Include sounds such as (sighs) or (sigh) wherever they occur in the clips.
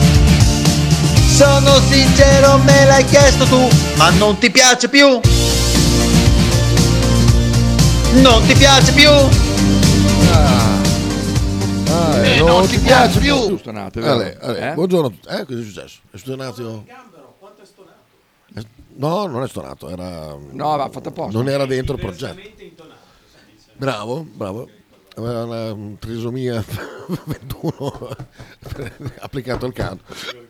Sono sincero, me l'hai chiesto tu, ma non ti piace più. Non ti piace più. Eh, Eh, Eh, non ti piace più. Stonato, è vero? Ale, Ale, Eh? Buongiorno, eh, cosa è successo? È stonato? È- No, non è stonato, era... No, va fatto apposta. Non era dentro il progetto. Bravo, bravo. aveva una mm, trisomia (laughs) 21 (laughs) applicato al canto.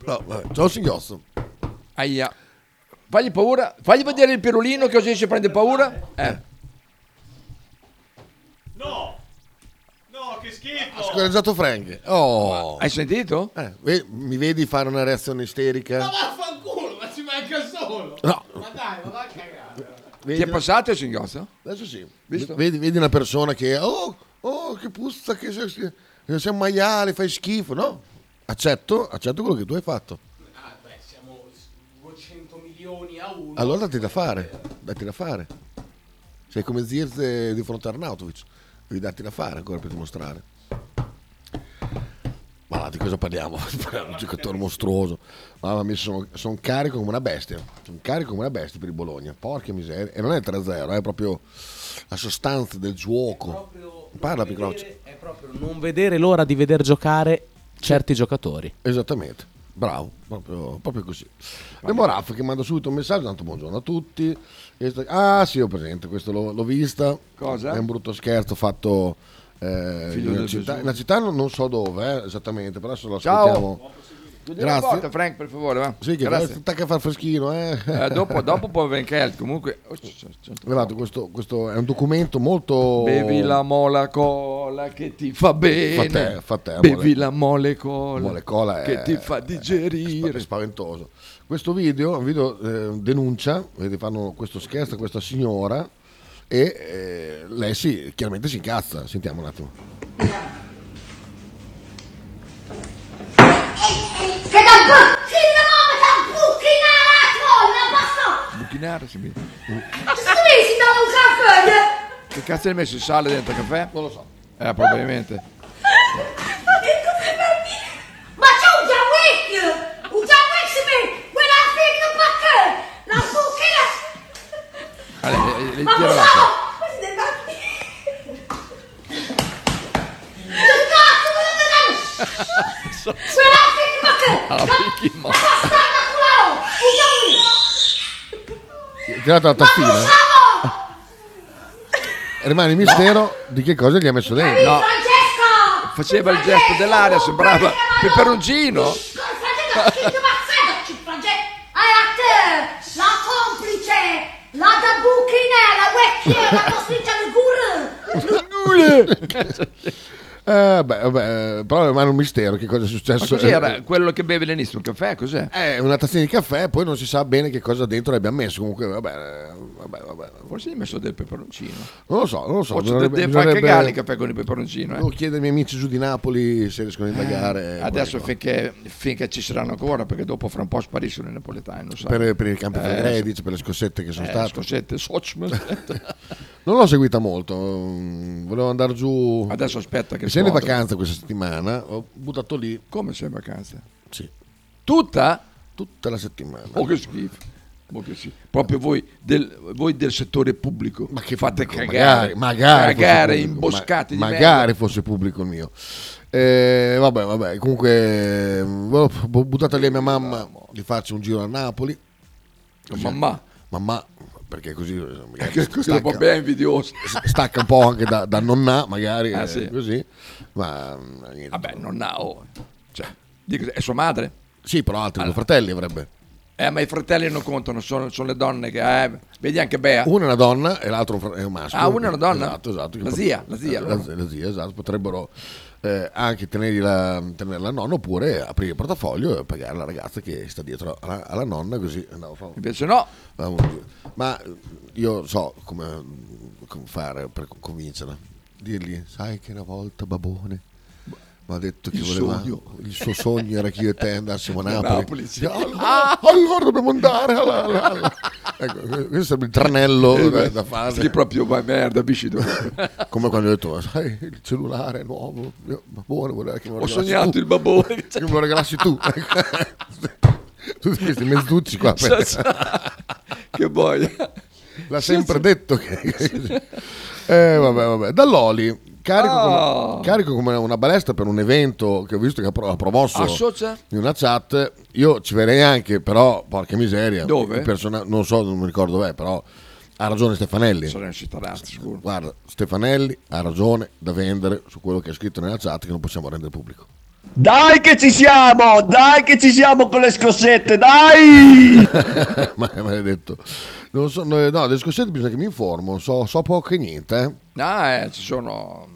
No, vabbè. Ciao Singhiozzo. Aia. Fagli paura, fagli vedere il pirulino che così si prende paura. Eh. No, che schifo! Ha scoraggiato Frank. Oh. Hai sentito? mi vedi fare una reazione isterica? Vaffanculo, ma ci manca solo! No. Ma dai, ma va a cagare! Vedi Ti è una- passato il singhiozzo? Adesso sì. Visto? Vedi, vedi una persona che oh, oh che puzza, che sei, che sei un maiale, fai schifo, no? Accetto, accetto quello che tu hai fatto. Ah, beh, siamo 200 milioni a uno. Allora datti da fare, datti da fare. Sei come Zirze di fronte a Arnautovic, devi darti da fare ancora per dimostrare. Ma di cosa parliamo? (laughs) un giocatore mostruoso. Mamma mia, sono, sono carico come una bestia. Sono carico come una bestia per il Bologna. Porca miseria. E non è 3-0, è proprio la sostanza del gioco. Parla Picroccio. Non vedere l'ora di veder giocare certi giocatori. Esattamente, bravo, proprio, proprio così. Abbiamo Raff che manda subito un messaggio, tanto buongiorno a tutti. Questo- Ah sì, ho presente, questo l'ho, l'ho vista. Cosa? È un brutto scherzo fatto eh, Figlio in, una del città, Gesù. in una città non, non so dove eh, esattamente, però adesso lo Ciao. ascoltiamo. Chiudi la porta, Frank, per favore, va. Sì, che Grazie. grazie. attacca a far freschino. Eh. Eh, (laughs) dopo, dopo può venire Kelt, comunque. Oh, c- c- c- Guardate, questo, questo è un documento molto... Bevi la mola cola che ti fa bene. Fa te, fa te, Bevi mole- la mole cola. Mole cola che è- ti fa digerire. È spaventoso. Questo video, un video eh, denuncia, vedi, fanno questo scherzo a questa signora e eh, lei si, chiaramente si incazza. Sentiamo un attimo. Che da bucchina, mamma, da bucchina eh, la colla, basta! Buchinare, si mi- Strisci da un caffè! Che cazzo hai messo il sale dentro il caffè? Non lo so. Eh, probabilmente. Ma che cos'è per me? Ma c'è un Jawick! Un Jawick si vede! Quella figa perché? La bucchina! Allora, eh, eh, Ma tira no! la- Ma si deve andare- Che cazzo volete dare? Quella figa perché? Ah, Mickey Ma bastarda cularo! Un Jawick! Tirata la tazzina. Rimane il mistero di che cosa gli ha messo dentro. No. Francesca! Faceva il gesto dell'aria, sembrava peperoncino. Francesca, ma sedacci, Francesca! Hai a te! La complice! La da buchina, la vecchia, la costiccia del guru! (laughs) Eh, beh, vabbè, però rimane un mistero che cosa è Ma successo. cos'era Eh, quello che beve all'inizio? Un caffè? Cos'è? È Eh, una tazzina di caffè, poi non si sa bene che cosa dentro le abbiamo messo. Comunque, vabbè, eh, vabbè, vabbè. Forse gli ha messo del peperoncino. Non lo so, non lo so. Forse bisognerebbe- deve far bisognerebbe- cagare il caffè con il peperoncino. Devo Eh. chiedere ai miei amici giù di Napoli se riescono a indagare. eh, Adesso quelle finché, finché ci saranno ancora, perché dopo fra un po' spariscono i napoletani. non so. cose. per, per i campi Eh, Federer, dice, per le scossette che sono eh, state. scossette, Sochman. Non l'ho seguita molto, mm, volevo andare giù. Adesso aspetta che Sei in esploda. vacanza questa settimana, (laughs) ho buttato lì. Come sei in vacanza? Sì. Tutta? Tutta la settimana. Oh, che schifo. Oh, che schifo. Proprio voi del, voi del settore pubblico ma che fate Magari, cagare, magari fosse cagare pubblico, imboscati ma- di magari merda. fosse pubblico il mio. Eh, vabbè, vabbè, comunque mm, ho ho buttato lì a mia mamma di farci un giro a Napoli. Così- Mamma. Mamma, perché così eh, magari (laughs) Che cosa stacca- un po' ben invidiosa. stacca un po' anche da, da nonna, magari Ah, eh, sì. così, ma mm, niente. Vabbè, non ha... oh, cioè, dico, è sua madre? Sì, però altri due fratelli avrebbe. Eh, ma i fratelli non contano, sono, sono le donne che... eh, vedi anche Bea. Una è una donna e l'altro un fr- è un maschio. Ah, una è una donna? Esatto, esatto. La zia, la zia, La, allora. la zia, esatto. Potrebbero eh, anche tenergli la, tenere la nonna oppure aprire il portafoglio e pagare la ragazza che sta dietro alla, alla nonna così. No, fa- Invece no. fa un- Ma eh, io so come, come fare per convincerla. Dirgli, sai che una volta Babone mi ha detto che Il voleva sogno. il suo sogno era che io e te andassimo (laughs) a Da Napoli. Napoli, sì. allora, allora dobbiamo andare. alla- alla- alla. Ecco, questo sarebbe il (laughs) tranello Eh, da- beh, da fare sì, proprio vai merda, bici (laughs) tu. come quando ho detto sai il cellulare è nuovo mio babbone voleva che me lo Ho regalassi sognato tu. il cioè. babbone. che me lo regalassi (laughs) tu tutti questi mezzucci qua Cioè, cioè, che boia l'ha sempre detto che (laughs) eh, vabbè vabbè dall'Oli carico, Oh. come, carico come una balestra per un evento che ho visto che ha pro- ha Ah, promosso Associa? in una chat io ci verrei anche però porca miseria Dove? Il persona- non so non mi ricordo dov'è però Ha ragione Stefanelli. Saremo cittadini, sicuro. Guarda, Stefanelli ha ragione da vendere su quello che è scritto nella chat che non possiamo rendere pubblico. (laughs) Dai che ci siamo, dai che ci siamo con le scossette, dai! Ma maledetto. Non so, no, no, delle scossette bisogna che mi informo, so, so poco che niente. Eh. Ah, eh, ci sono...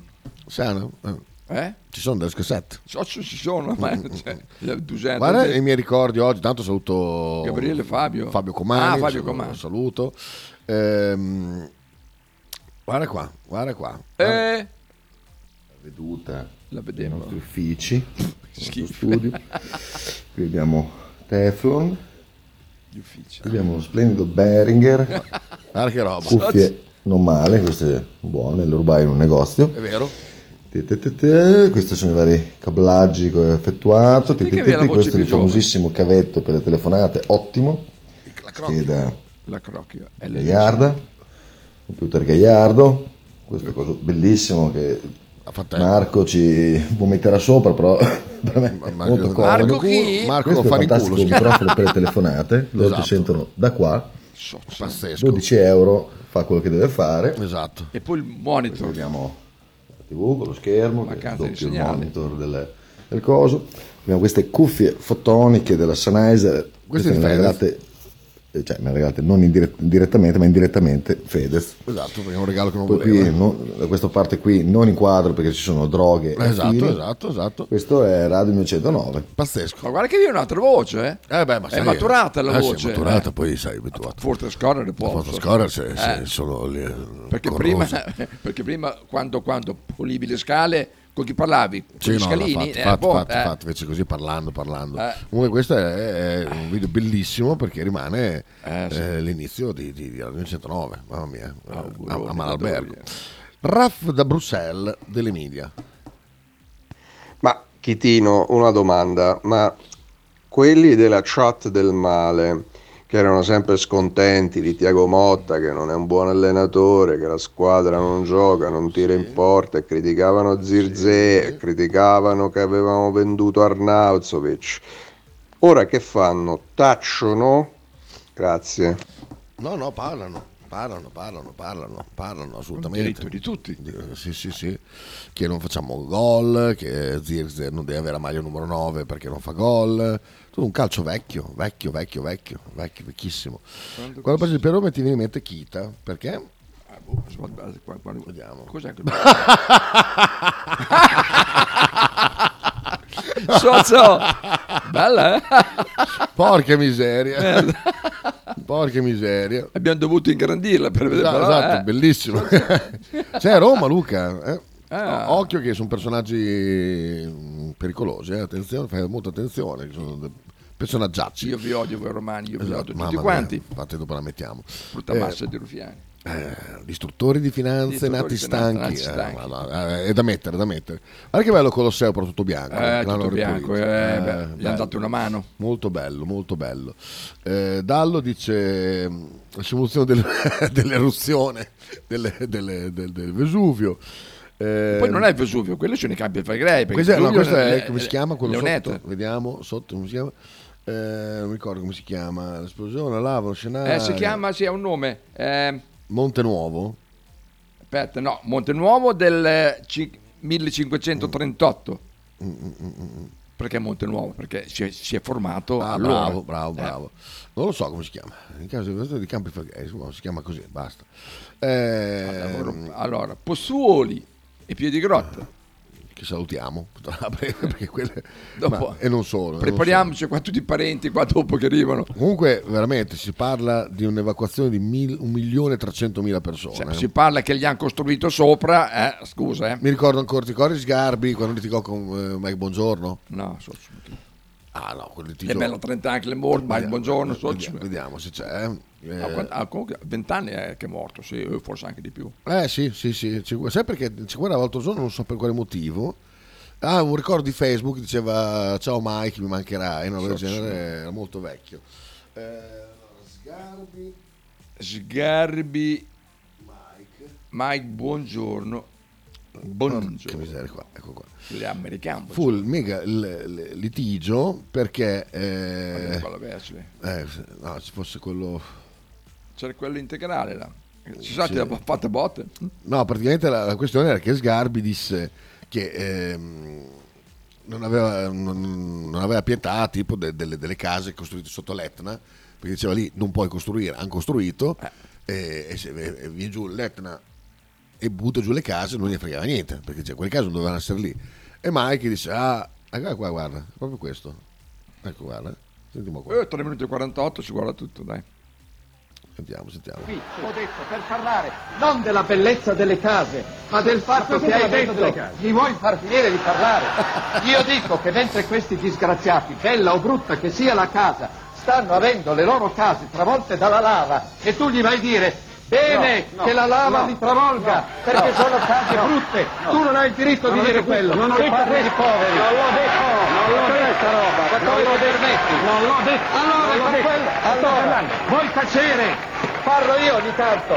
Sano? Eh. Eh? Ci sono delle scossette. So, ci ci sono, ma cioè, eh, le 200... Guarda i miei ricordi oggi, tanto saluto Gabriele Fabio. Fabio Comani. Ah, Fabio saluto- Comani. Saluto. Ehm, guarda qua, guarda qua. Eh, veduta la vedevo. nei nostri (laughs) uffici, nel nostro studio. Qui abbiamo Teflon, qui abbiamo uno splendido (laughs) Behringer, Guarda Ah, che roba. cuffie non male, queste buone, le rubai in un negozio. È vero. Te, te, te, te. Questi sono i vari cablaggi che ho effettuato, te, te, che te, vi è la te. voce questo è più il famosissimo cavetto per le telefonate, ottimo, che è da La crocchio. È lei. Gagliarda, computer Gagliardo, questo è cosa bellissimo che eh. Marco ci vomerà sopra, però (laughs) per me è molto comodo. Marco chi? Marco questo è un Faniculo fantastico si chiama. microfono per le (laughs) telefonate, loro Esatto. ti sentono da qua, Pazzesco. 12 euro fa quello che deve fare. Esatto. E poi il monitor. Abbiamo la TV con lo schermo, che è Mancanza di doppio il segnale. monitor del, del coso. Abbiamo queste cuffie fotoniche della Sennheiser, queste me le Fedez. regalate, eh, cioè me le regalate non indirett- direttamente, ma indirettamente Fedez. Esatto, perché è un regalo che non Poi qui, voleva. non- da questa parte qui non inquadro perché ci sono droghe. e Esatto, fili. esatto, esatto. Questo è Radio 909. Pazzesco. Ma guarda che viene un'altra voce, eh? beh, è maturata la voce. È maturata, eh. poi sai, abituato. Forte scorrere può. Forte scorrere se, Eh, se sono lì. eh, Perché corroso. prima, (laughs) perché prima quando, quando polivi le scale, con chi parlavi? Con Sì, gli no, scalini? infatti, Eh, infatti, boh, infatti, eh. infatti, invece così parlando, parlando. Eh. Comunque questo è, è un video bellissimo perché rimane eh, l'inizio di, di, di Radio 109, mamma mia, a, a Malalbergo. Raff da Bruxelles dell'Emilia. Ma Chitino, una domanda, ma quelli della chat del male che erano sempre scontenti di Tiago Motta che non è un buon allenatore, che la squadra non gioca, non tira in porta e criticavano Zirze, e criticavano che avevamo venduto Arnauzovic. Ora che fanno? Tacciono? Grazie. No, no, parlano, parlano, parlano, parlano, parlano assolutamente. Eh, Diritto di tutti. Sì, sì, sì. Che non facciamo gol, che Zirze non deve avere la maglia numero 9 perché non fa gol. Tu un calcio vecchio, vecchio, vecchio, vecchio, vecchio, vecchissimo. Quando- Quando passi il Perome ti viene in mente Kita, perché? Ah, boh, insomma, guarda, guarda, guarda. (laughs) Cos'è quel Socio, bella eh? Porca miseria. Merda. (laughs) Porca miseria. Abbiamo dovuto ingrandirla per vedere Esatto, però, esatto, eh. (laughs) bellissimo. C'è a Roma, Luca. eh. Ah. No, occhio che sono personaggi mm, pericolosi, eh, attenzione, fai molta attenzione, che sono de- personaggiacci. Io vi odio voi romani, io vi Esatto, odio mamma tutti mia, quanti. Infatti dopo la mettiamo. Brutta Eh, massa di rufiani. eh, istruttori di finanze Istruttori nati di finanza, stanchi, nati stanchi. Eh, ma no, eh, è da mettere, da mettere. Guarda che bello Colosseo, però tutto bianco. Eh, l'hanno tutto bianco, ripulito. eh, beh, gli bello. hanno dato una mano. Molto bello, molto bello. Eh, Dallo dice mm, la simulazione del- (laughs) dell'eruzione delle- delle- del, del Vesuvio. Eh, Poi non è il Vesuvio, quello sono i campi Fagrei. questo è, no, questo è- eh, come si chiama quello Leonetta. sotto? Vediamo sotto come si chiama. Eh, non mi ricordo come si chiama. L'esplosione, lava, lo scenario. Eh, si chiama, sì, ha un nome. eh, Monte Nuovo. aspetta, no, Montenuovo del eh, cin- 1538. Mm, Perché Montenuovo? Perché si è, si è (laughs) formato Ah, allora. bravo, bravo, Eh, bravo. Non lo so come si chiama. In caso di- di Campi Fagrei, insomma, si chiama così, basta. Eh, allora, Ah, allora, Possuoli e Piedigrotta. Eh, Che salutiamo, a breve, Ah, perché quelle- Dopo- ma- e non solo. e non Prepariamoci qua tutti i parenti qua dopo che arrivano. solo. Comunque, veramente, si parla di un'evacuazione di mil- 1.300.000 persone. Cioè, si parla che gli hanno costruito sopra, eh, scusa, eh. Mi ricordo ancora, ti ricordi Sgarbi quando litigò con eh, Mike Buongiorno? No, so, Ah no, quel è litigio... bello 30 anni che è morto, ma il buongiorno, so, cioè. Vediamo, vediamo se c'è. eh. Ah, quant- ah, comunque 20 anni è che è morto, sì, eh, forse anche di più. Eh sì, sì, sì, ci, sai perché ci guardavo l'altro giorno, non so per quale motivo. Ah, un ricordo di Facebook diceva ciao Mike, mi mancherai, una roba del Sì, genere, sì. era molto vecchio. Eh, Sgarbi. Sgarbi Mike, buongiorno. Buongiorno. Ah, Che miseria qua, ecco qua. Le americane. Fu il mega il- il litigio perché... eh, Guarda qua la Vesle. eh, no, se fosse quello... C'era quello integrale là. Ci sono Sì. state fatte botte? No, praticamente la, la questione era che Sgarbi disse che ehm, non, aveva, non- non aveva pietà tipo de- delle, delle case costruite sotto l'Etna, perché diceva lì non puoi costruire, hanno costruito e, e se- e- e viene giù l'Etna e butta giù le case, non gli fregava niente, perché cioè, quelle case non dovevano essere lì. E Mike dice, ah, guarda qua, guarda, è proprio questo. Ecco, guarda, sentiamo qua, Eh, 3 minuti e 48 ci guarda tutto, dai. sentiamo, sentiamo. Qui ho detto per parlare non della bellezza delle case, ma del fatto Certo che hai detto mi vuoi far finire di parlare. (laughs) Io dico che mentre questi disgraziati, bella o brutta che sia la casa, stanno avendo le loro case travolte dalla lava e tu gli vai a dire bene No, no, che la lava no, li travolga no, perché no, sono case no, brutte, no. tu non hai il diritto Non di ho dire detto questo, quello, non ho tu detto parli di questo. poveri. Non l'ho detto, non l'ho questa roba, Ma non come l'ho lo detto. permetti? Non l'ho detto. Allora, Non l'ho per detto. quello- Sto allora, parlando. vuoi tacere? Parlo io ogni tanto.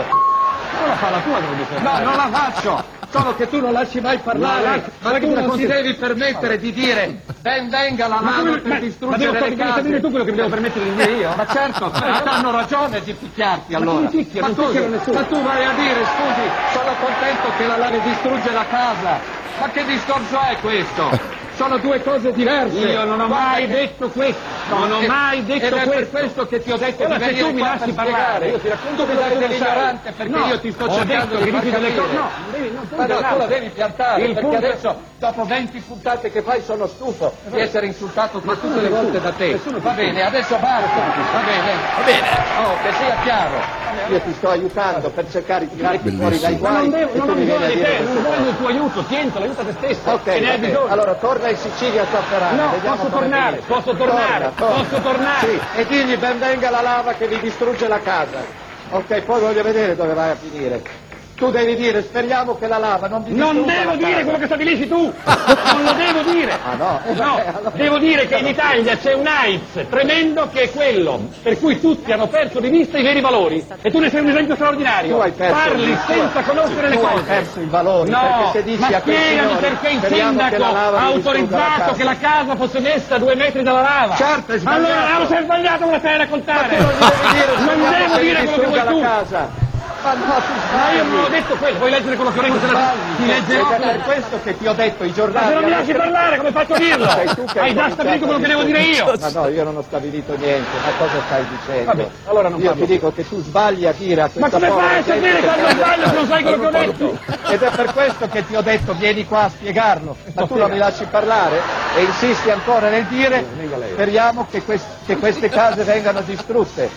Non la fa la tua, devo dire. No, non la faccio. Solo che tu non lasci mai Non la parlare, lascio. ma, Ma che tu te la non ti conti- devi permettere di dire ben venga la lama come- per ma- ma distruggere devo le fare- devi case. dire tu quello che mi devo permettere di dire io? Ma certo, Ma- hanno ragione di picchiarti Ma allora. chi mi picchia? ma, Non scusi, picchiano nessuno. ma tu vai a dire, scusi, sono contento che la lama distrugge la casa. Ma che discorso è questo? Sono due cose diverse. Io non ho Guarda mai che- detto questo. non ho e- mai detto ed questo. è per questo che ti ho detto Allora, di se venire tu mi qua lasci per parlare, spiegare. io ti racconto tu quello dai che devi fare. dell'ignorante perché No, io ti sto ho cercando detto di che far dici delle capire. cose- no, non devi, non Ma no, tu la devi devi piantare Il perché punto- adesso dopo 20 puntate che fai sono stufo di essere insultato per tutte le volte da te. Va bene, adesso basta. Va bene. Va bene. Oh, che sia chiaro. Io ti sto aiutando per cercare di tirare fuori dai Ma guai. non devo, e non tu ho mi vieni bisogno a di dire te, queste non cose. voglio il tuo aiuto, tienitelo, aiuta te stesso. Ok, se ne hai ok. bisogno. allora torna in Sicilia a sofferare. No, Vediamo posso come tornare, finisce. posso tornare, posso tornare. Sì, e digli benvenga la lava che vi distrugge la casa. Ok, poi voglio vedere dove vai a finire. Tu devi dire, speriamo che la lava non vi distrugga Non la devo dire casa. quello che stabilisci tu! Non lo devo dire! Ah, no? (laughs) Eh, No, vabbè, allora- devo dire che in Italia c'è un AIDS tremendo che è quello per cui tutti hanno perso di vista i veri valori e tu ne sei un esempio straordinario. Tu hai perso Parli il- senza tu- conoscere le tu hai cose. perso i valori, No, perché se dici ma a quei spiegami signori, perché il speriamo che sindaco la lava ha vi distrugga la autorizzato casa. che la casa fosse messa a due metri dalla lava. Certo, è sbagliato. Allora, allora sei sbagliato come stai a raccontare. Ma tu non devi dire, non speriamo devo che dire vi quello che vuoi distrugga tu. la casa. Ma no, tu Ma io sbagli. non ho detto quello, vuoi leggere quello che ho Tu detto? sbagli. Ti leggerò Ed è per quello. questo che ti ho detto i giornali. Ma se non mi lasci hanno scritto- parlare, come faccio a dirlo? Sei tu che Hai già cominciato stabilito quello a che devo dire io. Ma no, io non ho stabilito niente, ma cosa stai dicendo? Vabbè, allora non io parlo ti dico che tu sbagli a dire a Ma questa come povera fai a gente sapere che quando parla- sbaglio se non sai quello che ho Non parlo detto? Ed è per questo che ti ho detto vieni qua a spiegarlo, ma tu non mi lasci parlare e insisti ancora nel dire speriamo che, quest- che queste case vengano distrutte.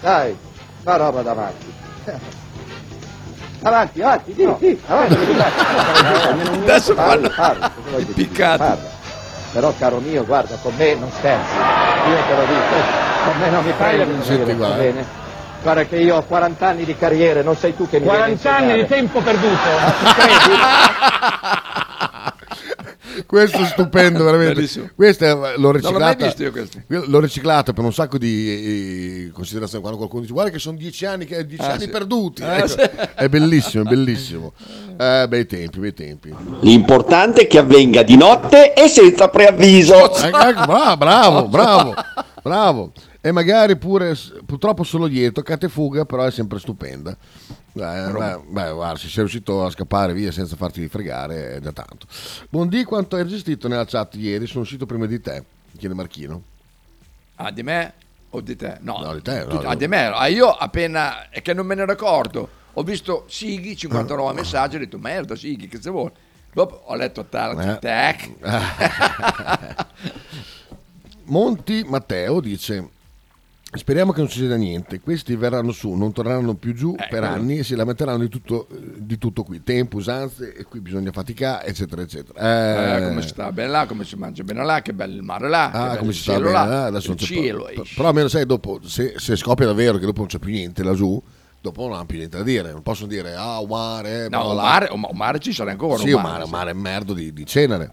Dai, una roba davanti. Avanti, avanti, di, di, avanti. Adesso parlo, parlo, cosa vuoi che ti dica? Parla. Però caro mio, guarda, con me non scherzi, io te lo dico, con me non mi fai le Senti mentire, qua, va eh. bene? Guarda che io ho 40 anni di carriera, non sei tu che mi 40 anni di tempo perduto. Questo è (laughs) stupendo, veramente. Bellissimo. Questo è- l'ho Non riciclato. l'ho mai visto io questo. L'ho riciclato per un sacco di eh, considerazioni. Quando qualcuno dice guarda che sono dieci anni, che- dieci Ah, anni sì. perduti. Ah, (laughs) Ecco, sì. È bellissimo, è bellissimo. Eh, bei tempi, bei (laughs) tempi. L'importante è che avvenga di notte e senza preavviso. Ecco, ecco, bra- bravo, bravo, bravo. E magari pure, s- purtroppo solo dietro, catefuga, però è sempre stupenda. Eh, Beh, beh, beh, guarda, se sei riuscito a scappare via senza farti fregare è già tanto. Buondì, quanto hai resistito nella chat ieri? Sono uscito prima di te, chiede Marchino. Ah, di me o di te? No, di te, tu- Eh, no, ah, di- di me. Ah, io appena, è che non me ne ricordo. Ho visto Sighi, Mm. 59 messaggi, ho detto merda Sighi, che se vuole. Dopo ho letto Eh. (laughs) tal, tac. Monti Matteo dice: Speriamo che non succeda niente. Questi verranno su, non torneranno più giù per Eh, quello. anni e si lamenteranno di tutto, eh, di tutto qui: tempo, usanze, e qui bisogna faticare, eccetera, eccetera. Eh, come si sta bene là, come si mangia bene là, che bello il mare là, che Ah, bello come il si sta cielo bene, là, là, adesso non il c'è cielo. più- però almeno sai dopo se, se scoppia davvero che dopo non c'è più niente laggiù dopo non hanno più niente da dire non possono dire ah mare No, bla bla. Omar- Omar- Omar ci sarà ancora, sì Omar, mare, sì. mare merdo di, di cenere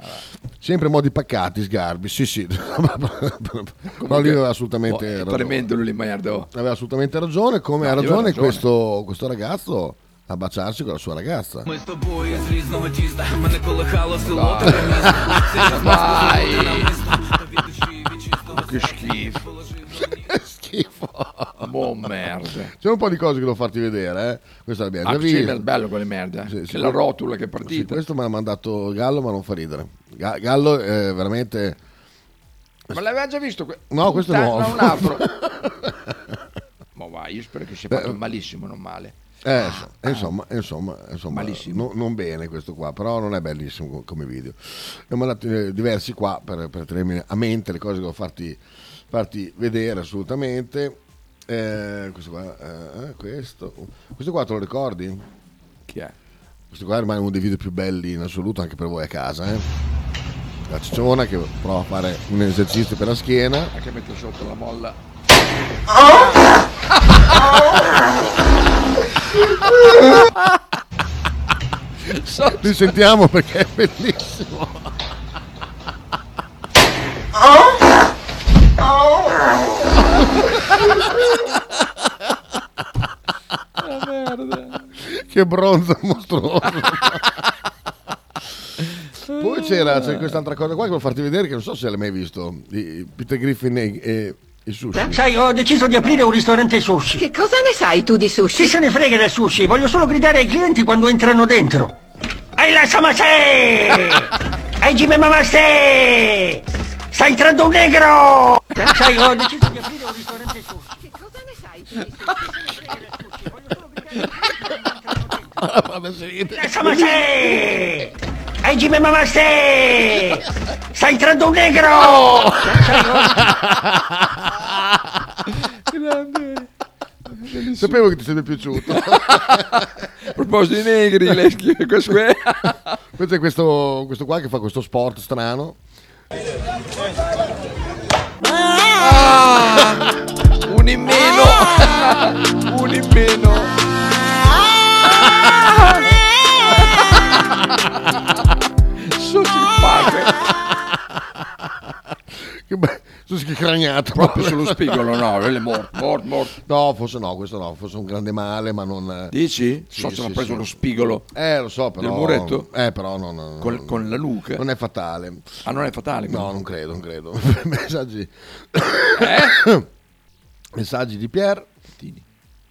sempre modi paccati sgarbi sì (laughs) sì (laughs) però lì aveva assolutamente oh, è ragione. tremendo lui merda. oh. aveva assolutamente ragione come No, ha io avevo ragione, ragione. Questo, questo ragazzo a baciarsi con la sua ragazza (laughs) Ми з тобою з різного тіста, мене колихало село Dai. тебе місто. Це я Dai. змастила намисто, від душі від чистого (laughs) Che schifo. schifo. Mamma merda. C'è un po' di cose che devo farti vedere, eh. Questo l'abbiamo Ah, già sì, visto. bel- bello quelle merda. Sì, C'è sì, la quello- rotula che è Sì, partita. questo me l'ha mandato Gallo, ma non fa ridere. Ga- Gallo è veramente. Ma l'aveva già visto? que- No, questo è Puttana, nuovo. un (laughs) altro. Ma vai, io spero che sia fatto malissimo, non male. Eh, Ah, insomma, insomma, insomma no- non bene questo qua, però non è bellissimo co- come video. Ne ho mandati eh, diversi qua per, per tenermi a mente le cose che devo farti, farti vedere assolutamente. Eh, questo qua, eh, questo. questo qua te lo ricordi? Chi è? Questo qua è ormai uno dei video più belli in assoluto anche per voi a casa. Eh? La cicciona che prova a fare un esercizio per la schiena. (laughs) Che metto sotto la molla. Ti sentiamo perché è bellissimo. Ah, La merda. che bronzo mostruoso. (laughs) Poi c'era c'è quest'altra cosa qua che volevo farti vedere che non so se l'hai mai visto. di Peter Griffin e, e, e sushi. Sai, ho deciso di aprire un ristorante sushi. Che cosa ne sai tu di sushi? Chi se ne frega del sushi? Voglio solo gridare ai clienti quando entrano dentro. Ehi, lasciamo sei! (laughs) Ehi, Jimmy Mamma sei! Stai entrando un negro! Sai, ho deciso di aprire un ristorante sushi. Che cosa ne sai tu di sushi? Lasciamo sei! Ehi, Jimmy Mamma sei! Stai entrando un negro! (laughs) Sapevo che ti sarebbe (laughs) piaciuto. A proposito di negri, lei scrive (laughs) questo qui. questo è questo, questo qua che fa questo sport strano. Ah! un in meno. un in meno. Sono Che be- tu sei cragnato proprio Proprio sullo spigolo, no, quello è morto, morto, morto. No, forse no, questo no, forse un grande male, ma non. Dici? So se l'ha preso lo spigolo. Eh, lo so, però. Del muretto? Eh, però no, no, no, Col- no. con la nuca? Non è fatale. Ah, non è fatale, No, quindi? non credo, non credo. (laughs) (coughs) Messaggi. Messaggi di Pier.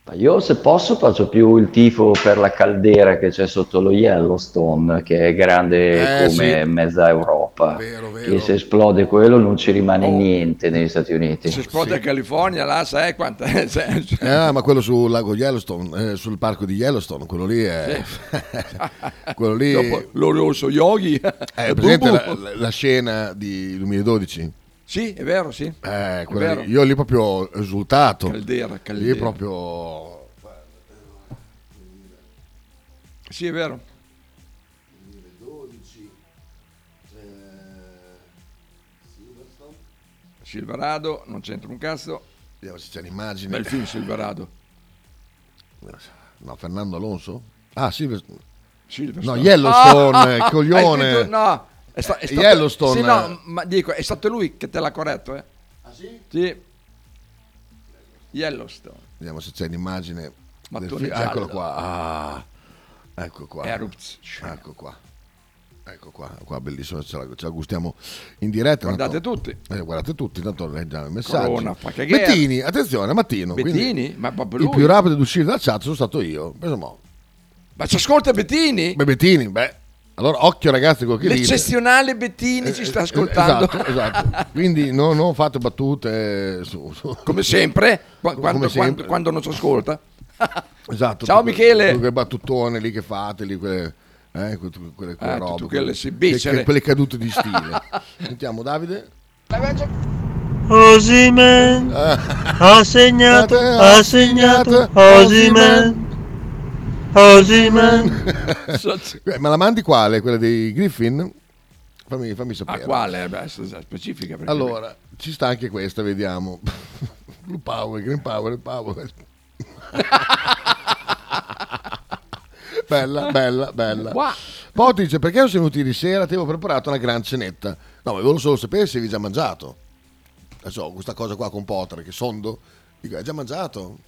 Ma Io se posso faccio più il tifo per la caldera che c'è sotto lo Yellowstone, che è grande Eh, come sì. mezza Europa. E se esplode quello non ci rimane niente negli Stati Uniti. Se esplode in California, là (laughs) sai quanta. cioè, Eh, ma quello sul lago Yellowstone, eh, sul parco di Yellowstone, quello lì è. (laughs) quello lì. Dopo l'orioso yogi. (laughs) È presente la, la- la scena di 2012? Sì, è vero, sì. Eh, è quella vero. lì- io lì proprio ho esultato. Caldera, caldera. Lì proprio. Sì, è vero. 2012 Eh, Silverado, non c'entra un cazzo. Vediamo se c'è l'immagine. Bel film Silverado. No, Fernando Alonso? Ah, Silverstone. Silverstone. No, Yellowstone, Ah, eh, coglione. (laughs) Eh, hai scritto- no, è sta- è stato, Yellowstone. Sì, no, ma dico, è stato lui che te l'ha corretto, eh. Ah, sì? Sì. Yellowstone. Vediamo se c'è l'immagine. del Mattone film. Ah, giallo. Eccolo qua. Ah, ecco qua. Erupz. Ecco qua. Ecco qua, qua bellissimo, ce la, ce la gustiamo in diretta. Guardate tutti. guardate tutti, tanto leggiamo i messaggi. Corona, fa che guerra. Bettini, attenzione, Mattino. quindi Bettini? Ma proprio il lui. più rapido ad uscire dalla chat sono stato io. Penso mo. Ma ci ascolta Bettini? Beh, Bettini, beh. Allora, occhio ragazzi con chi ride. Eh, L'eccezionale Bettini ci sta ascoltando. Esatto, esatto. Quindi no- non fate battute su, su- Come sempre, qua- Come quando, sempre. quando- quando non ci ascolta. Esatto. Ciao, tu- Michele. tu Quel battutone lì che fate, lì quelle, eh, que- tu- quelle, quelle Ah, robe, tutte quelle che- becere. che- quelle cadute di (laughs) stile. Sentiamo Davide. (laughs) Osimen ha segnato, ha segnato Osimen. (laughs) Osimen. Eh, Ma la mandi quale? Quella dei Griffin? Fammi, fammi sapere. A quale? Beh, s- s- specifica. perché- Allora, ci sta anche questa, vediamo. (laughs) Blue Power, Green Power, Power. bella, bella, bella. Qua. Poti dice, perché non sei venuti ieri sera? Ti avevo preparato una gran cenetta. No, ma volevo solo sapere se avevi già mangiato. Adesso, questa cosa qua con Potter, che sondo. Dico, hai già mangiato?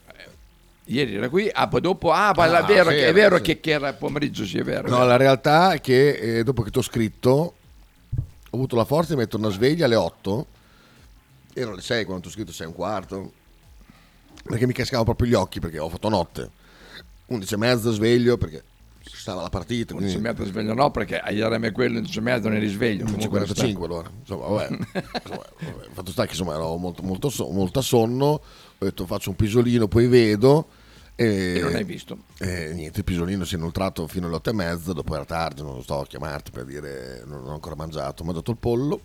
Ieri era qui, ah, poi dopo, ah, ma Ah, è vero, che, è sera, vero sì. che, che era pomeriggio, sì, è vero. No, la realtà è che eh, dopo che ti ho scritto, ho avuto la forza di mettere una sveglia alle 8. Erano le 6 quando ti ho scritto, 6 e un quarto. perché mi cascavano proprio gli occhi perché ho fatto notte 11 e mezza sveglio perché ci stava la partita quindi- 11 e mezza sveglio no perché a ieri me quello 11 e mezza ne risveglio comunque 45 allora insomma (laughs) vabbè Insomma, vabbè. Il fatto sta che insomma ero molto, molto, so- molto a sonno ho detto faccio un pisolino poi vedo e, E non hai visto. e niente il pisolino si è inoltrato fino alle 8 e mezza dopo era tardi non sto a chiamarti per dire non ho ancora mangiato mi ha dato il pollo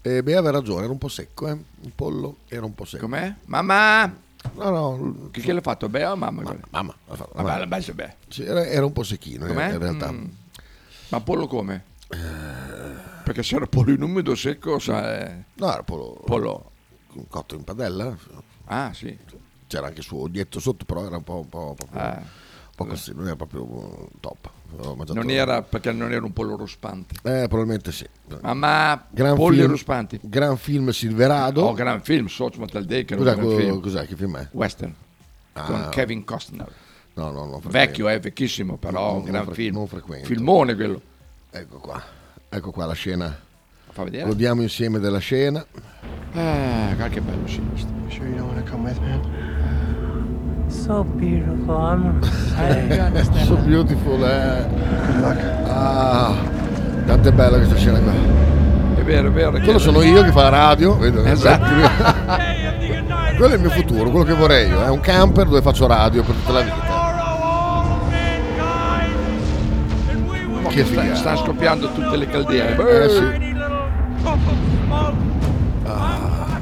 e beh aveva ragione era un po' secco eh. il pollo era un po' secco com'è? mamma no no chi, chi l'ha fatto? Bea o mamma? Guarda. mamma vabbè la bella beh Sì, era, era un po' secchino in- Com'è? Eh, in realtà Eh. Mm. ma pollo come? perché se era pollo in umido secco sa, eh. no era pollo pollo cotto in padella ah sì c'era anche il suo oglietto sotto però era un po', un po', proprio- Ah. un po' così non era proprio uh, top Ho mangiato- non era perché non era un pollo ruspante eh probabilmente sì Mamma, polli film- ruspanti. gran film Silverado oh gran film Socio Mataldecchio cos'è, gran quello- film. cos'è, che film è? western Ah. con Kevin Costner no no no vecchio eh, vecchissimo però un gran film non frequente filmone quello ecco qua ecco qua la scena fa vedere lo diamo insieme della scena ah guarda che bello sì Sure you don't want to come with, man? So beautiful. I'm. (laughs) I you understand. so beautiful eh. ah tanto è bella questa scena qua è vero è vero è quello che- sono io che fa la radio vedo, eh. Esatto. quello è il mio futuro quello che vorrei io è un camper dove faccio radio per tutta la vita Ma Che che sta- figata. stanno scoppiando tutte le caldere Eh, sì. Ah.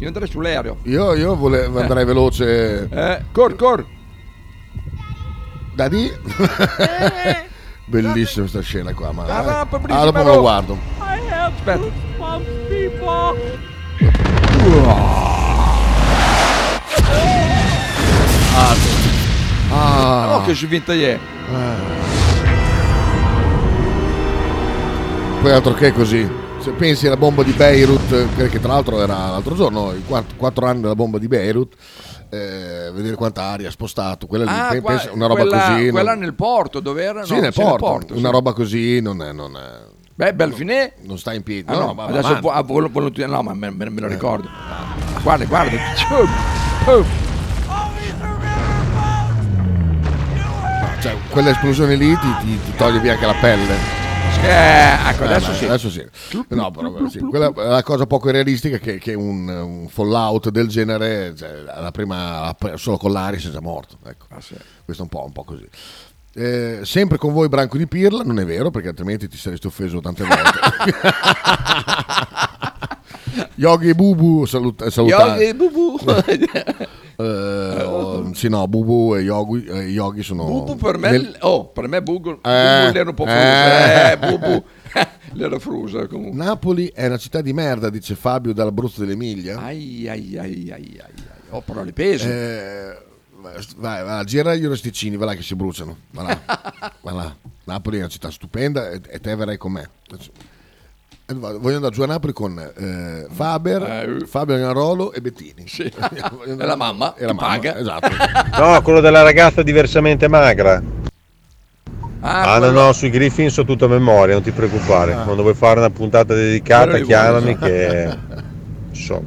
Io andrei sull'aereo. Io, io volevo andare veloce. Eh, cor, cor. Da lì. (laughs) Bellissima questa scena qua, ma. Eh. Ah, no, eh. Fabrizio, Ah, dopo però- lo guardo. I have goosebumps, people. Ah, ah. Eh. Oh, che svinta è. Poi altro che così. Se pensi alla bomba di Beirut, quella che tra l'altro era l'altro giorno, i quatt- quattro anni della bomba di Beirut, eh, vedere quanta aria ha spostato, quella lì, pe- Ah, qua- pensa- una roba quella, così. non- Quella nel porto, dove era? sì, No, nel sì, porto, sì. una roba così non è... Non è- Beh, bel finè. non sta in piedi, Ah, no, Eh. no, ma- adesso ma- vo- ah, vol- volontari- no, ma me, me- me lo ricordo. Guarda, (laughs) guarda. Ciu, puff. cioè, quella esplosione lì ti, ti- ti toglie via anche la pelle. Eh, ecco, Eh, adesso ma- sì. adesso sì. No, però, sì, quella è la cosa poco realistica è che, che un, un fallout del genere, cioè, alla prima, alla pre- solo con l'aria sei già morto. Ecco. Ah, Questo è un po', un po' così. Eh, sempre con voi Branco di Pirla, non è vero perché altrimenti ti saresti offeso tante (laughs) volte. Yogi e Bubu salut- salutati. Yogi, bubu. Eh, oh, sì no, Bubu e Yogi, eh, Yogi sono... bubu per me, nel- oh, per me Bubu, Eh. bubu l'era un po' frusa. Eh. Eh, (laughs) bubu. (laughs) l'era frusa comunque. Napoli è una città di merda, dice Fabio dall'Abruzzo dell'Emilia. Ai, ai, ai, ai, ai, ai. Oh, parole pesi. Eh, vai, vai, gira gli orosticini, va là che si bruciano. Va là. va là. Napoli è una città stupenda e, e te verrai con me. E vado- Voglio andare giù a Napoli con eh, Faber, Fabio Agnarolo e Bettini. (laughs) Voglio andare- E la mamma, E la che mamma, paga. (laughs) Esatto. No, quello della ragazza diversamente magra. Ah, no, no, sui Griffin so tutta memoria, non ti preoccupare. Ah. Quando vuoi fare una puntata dedicata, Quello li chiamami vuole, (laughs) che so.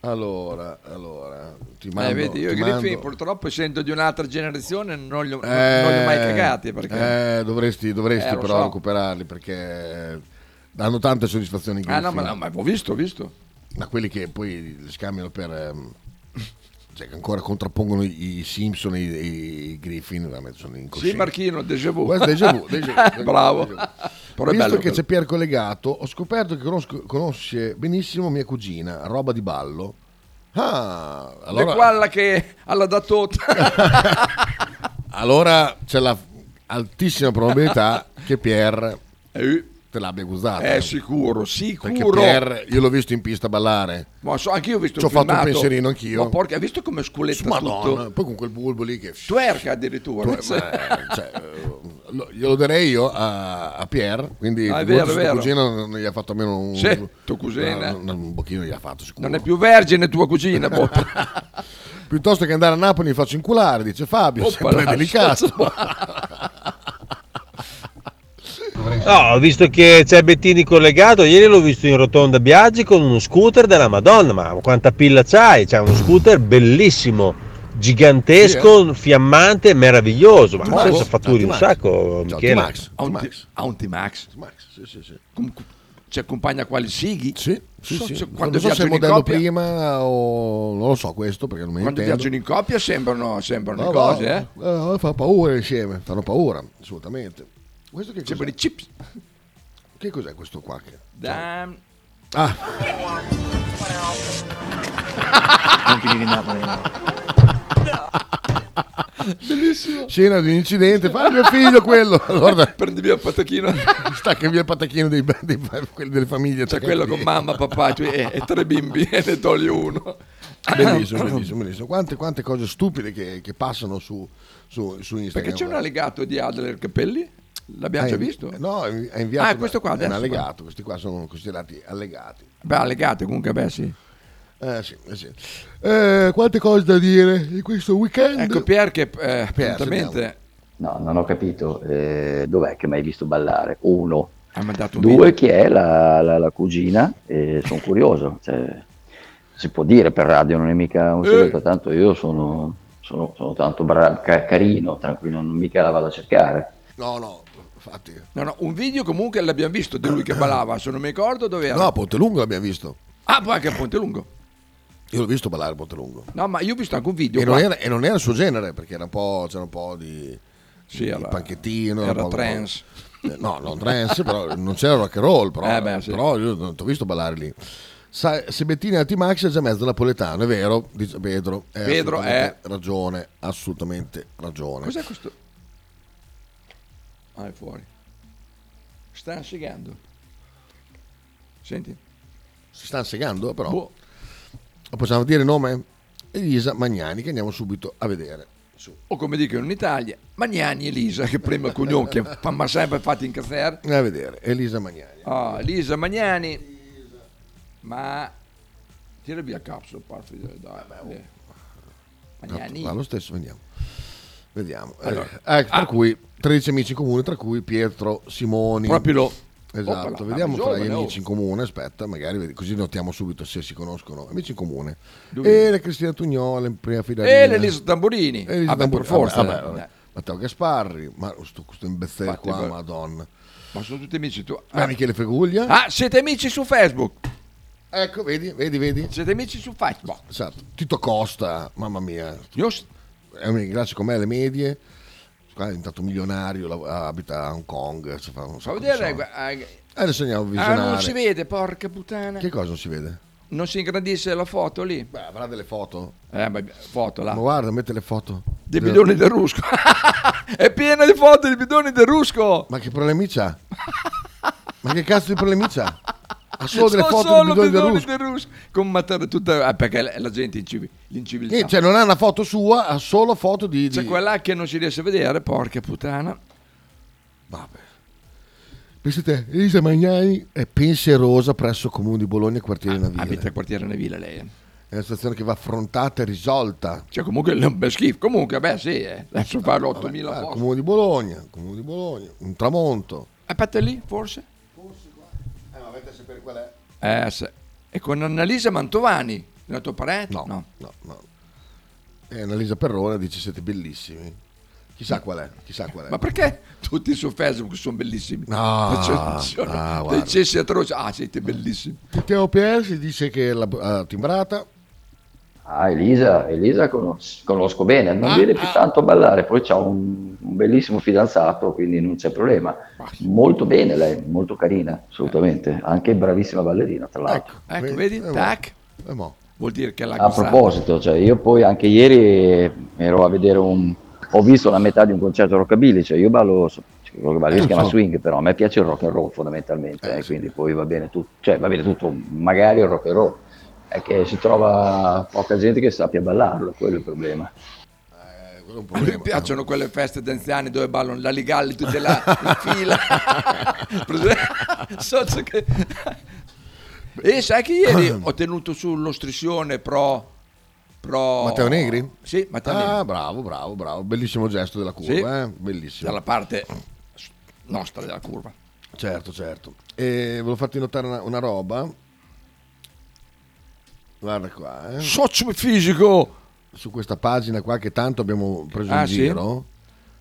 Allora, allora, ti Eh, mando... vedi, io i ti Griffin mando- purtroppo essendo di un'altra generazione non li ho, non Eh, li ho mai cagati perché... eh, dovresti, dovresti Eh, lo però so. recuperarli perché danno tante soddisfazioni. i Ah, no, Griffin. ma, no, ma ho visto, ho visto. da quelli che poi li scambiano per ehm, cioè che ancora contrappongono i i Simpson e i, i Griffin veramente sono Sì, incoscienti Marchino, déjà vu. Questo è déjà vu, (laughs) déjà vu, déjà vu, Bravo. déjà vu. Però è visto bello che quello. c'è Pier collegato ho scoperto che conosco- conosce benissimo mia cugina roba di ballo ah E allora, quella che alla da tutta. (laughs) (laughs) allora c'è la altissima probabilità che Pier Eh, te l'abbia gustato. È sicuro, sicuro. Perché PR, io l'ho visto in pista ballare. Ma so, anche io ho visto Ci ho il filmato. fatto un pensierino anch'io. Ma porca, hai visto come sculetta Madonna, tutto? poi con quel bulbo lì che... Tuerca addirittura. Tu- ma, (laughs) cioè, Lo- glielo darei io a, a Pierre, quindi Ah, è di vero, volta è tua vero. cugina non gli ha fatto almeno un... Sì, tua Certo, cugina. Un, un pochino gli ha fatto sicuro. non è più vergine tua (laughs) cugina, boh. Piuttosto che andare a Napoli mi faccio inculare, dice Fabio, Oppala, sempre delicato. No, ho visto che c'è Bettini collegato, ieri l'ho visto in rotonda Biaggi con uno scooter della Madonna, ma quanta pilla c'hai? C'è uno scooter bellissimo, gigantesco, fiammante, meraviglioso, ma T-Max. adesso Ah, fatturi un T-Max. sacco, Michele. T-Max. Ha un T- ha un T-Max. Sì, sì, sì. Com- Ci accompagna qua il Sighi? Sì, (laughs) sì, sì. Quando non so se è viaggiano in modello coppia, prima o non lo so questo perché non mi quando intendo. viaggiano in coppia sembrano, sembrano No, cose, eh? no, eh, fa paura insieme, fanno paura, assolutamente. Questo che Sembra cos'è? di chips. Che cos'è questo qua? Che... Ah. Damn. Non finire in Napoli. Bellissimo. Scena di un incidente, fa "Ah, mio figlio (laughs) quello. Allora, Prendi via il patacchino. (laughs) sta che via il patacchino dei, dei, quelli delle famiglie. C'è quello con mamma, papà tu- e, e tre bimbi e ne togli uno. Ah, Ah, (coughs) Bellissimo, bellissimo, bellissimo. Quante, quante cose stupide che, che passano su, su, su Instagram. Perché c'è un allegato di Adler Capelli? L'abbiamo Ah, già in- visto? No, ha inviato Ah, è una- questo qua è adesso. un allegato, questi qua sono considerati allegati. Beh, allegato comunque, beh sì. Eh, sì, eh, sì. Eh, quante cose da dire di questo weekend? Ecco Pier che eh, prontamente- No, non ho capito. eh, dov'è che mi hai visto ballare? Uno. ha mandato un Due, video. chi è la, la- la cugina? E sono curioso. cioè, si può dire per radio, non è mica un Eh. segreto. Tanto io sono, sono- sono tanto bra- ca- carino, tranquillo, non mica la vado a cercare. No, no, infatti. No, no, un video comunque l'abbiamo visto di lui che ballava, se non mi ricordo dove era. No, a Ponte Lungo l'abbiamo visto. Ah, poi anche a Ponte Lungo. Io l'ho visto ballare a Ponte Lungo. No, ma io ho visto anche un video. E non, qua. era, e non era il suo genere, perché era un po', c'era un po' di, Sì, di era- panchettino. era un po'- trance. Eh, No, non trance, però non c'era rock and roll, però, Eh, beh, sì. però io non ti ho visto ballare lì. Sai, se Bettini è anti-max è già mezzo napoletano, è vero, dice Pedro. È Pedro è- assolutamente Ragione, assolutamente ragione. Cos'è questo? Ah, è fuori. Sta asciugando. Senti. Si sta segando, però. Boh. Possiamo dire il nome? Elisa Magnani, che andiamo subito a vedere. Su. O come dicono in Italia, Magnani Elisa, che prima cugnon che fa ma sempre fatti in caffè. A vedere, Elisa Magnani. Ah, Elisa Magnani. Ma tira via il capsule, porca miseria, oh, dai. eh. Magnani. Va Ah, lo stesso, vediamo. Vediamo. Eh, Allora. eh, tra Ah. cui 13 amici in comune, tra cui Pietro Simoni. Proprio lo- Esatto, Oppala, vediamo ma fra gli giovane, amici oh. in comune, aspetta, magari vedi- così notiamo subito se si conoscono. Amici in comune. Dove? E la Cristina Tugnola in prima fila. E l'Elisa Tamburini. E Elisa Vabbè, Tamburelli. per forza. Vabbè, vabbè. Eh. Matteo Gasparri, ma sto, questo imbezzello Infatti, qua, poi- madonna. Ma sono tutti amici tu. Ah, Michele Feguglia. Ah, siete amici su Facebook. Ecco, vedi, vedi, vedi. Siete amici su Facebook. Esatto. Tito Costa, mamma mia. Io È un classe come alle medie. Qua è diventato milionario, lav- abita a Hong Kong. si fa un Fa sacco di vedere. soldi. eh, Adesso andiamo a Ah, visionare. non si vede, porca puttana. Che cosa non si vede? Non si ingrandisce la foto lì? Beh, avrà delle foto. Eh, ma foto là. Ma guarda, mette le foto. Dei bidoni (laughs) del Rusco. È piena di foto di bidoni del Rusco. Ma che problemi c'ha? Ma che cazzo di problemi c'ha? Ha solo delle Sono foto Ah, solo di bidoni del Rusco. del Rusco. Con mater- tutta... ah, perché la, la gente è incivi- l'inciviltà. Niente, cioè non ha una foto sua, ha solo foto di... C'è di- quella che non si riesce a vedere, porca puttana. Vabbè. Pensate, Elisa Magnani è pensierosa presso il comune di Bologna, quartiere Navile. Ah, Abita al quartiere Navile lei. eh. È una situazione che va affrontata e risolta. Cioè comunque è un bel schifo. Comunque, beh sì, eh. adesso fa l'8000 Ah, foto. comune di Bologna, comune di Bologna, un tramonto. Aspetta lì, forse? Eh, ma avete a sapere qual è? Eh, se- E con Annalisa Mantovani, la tua parente? No, no, no. E Annalisa Perrone dice siete bellissimi. Chissà qual è, chissà qual è. Ma perché tutti su Facebook sono bellissimi? Eh. Cioè, No, (laughs) Ma c'è- c'è- ah, dei guarda. cessi atroci. Ah, siete bellissimi. Matteo Pier si dice che l'ha l'ha timbrata. Ah, Elisa, Elisa conos- conosco bene, Ah, non viene più tanto a ballare, poi c'ha un, un bellissimo fidanzato, quindi non c'è problema. Molto bene lei, molto carina, assolutamente, anche bravissima ballerina, tra l'altro. Ecco, vedi? eh, Tac. Eh, mo. Vuol dire che l'ha A gustata. proposito, cioè, io poi anche ieri ero a vedere un... ho visto la metà di un concerto rockabilly, cioè io ballo, so- Cioè, quello che va lì si Non chiama Eh, so. swing, però a me piace il rock and roll fondamentalmente, eh, quindi poi va bene tutto, cioè va bene tutto, magari il rock and roll. È che si trova poca gente che sappia ballarlo, quello è il problema. Eh, A (laughs) lui piacciono quelle feste d'anziani dove ballano la Ligalli tutte là (laughs) in fila. (laughs) Socio che- E sai che ieri ho tenuto su uno striscione pro... pro... Matteo Negri? Oh. Sì, Matteo ah, Negri. bravo, bravo, bravo. Bellissimo gesto della curva, Sì. eh? Bellissimo. Dalla parte nostra della curva. Certo, certo. E volevo farti notare una, una roba. Guarda qua, eh. Socio fisico! Su questa pagina qua che tanto abbiamo preso Ah, in sì? giro.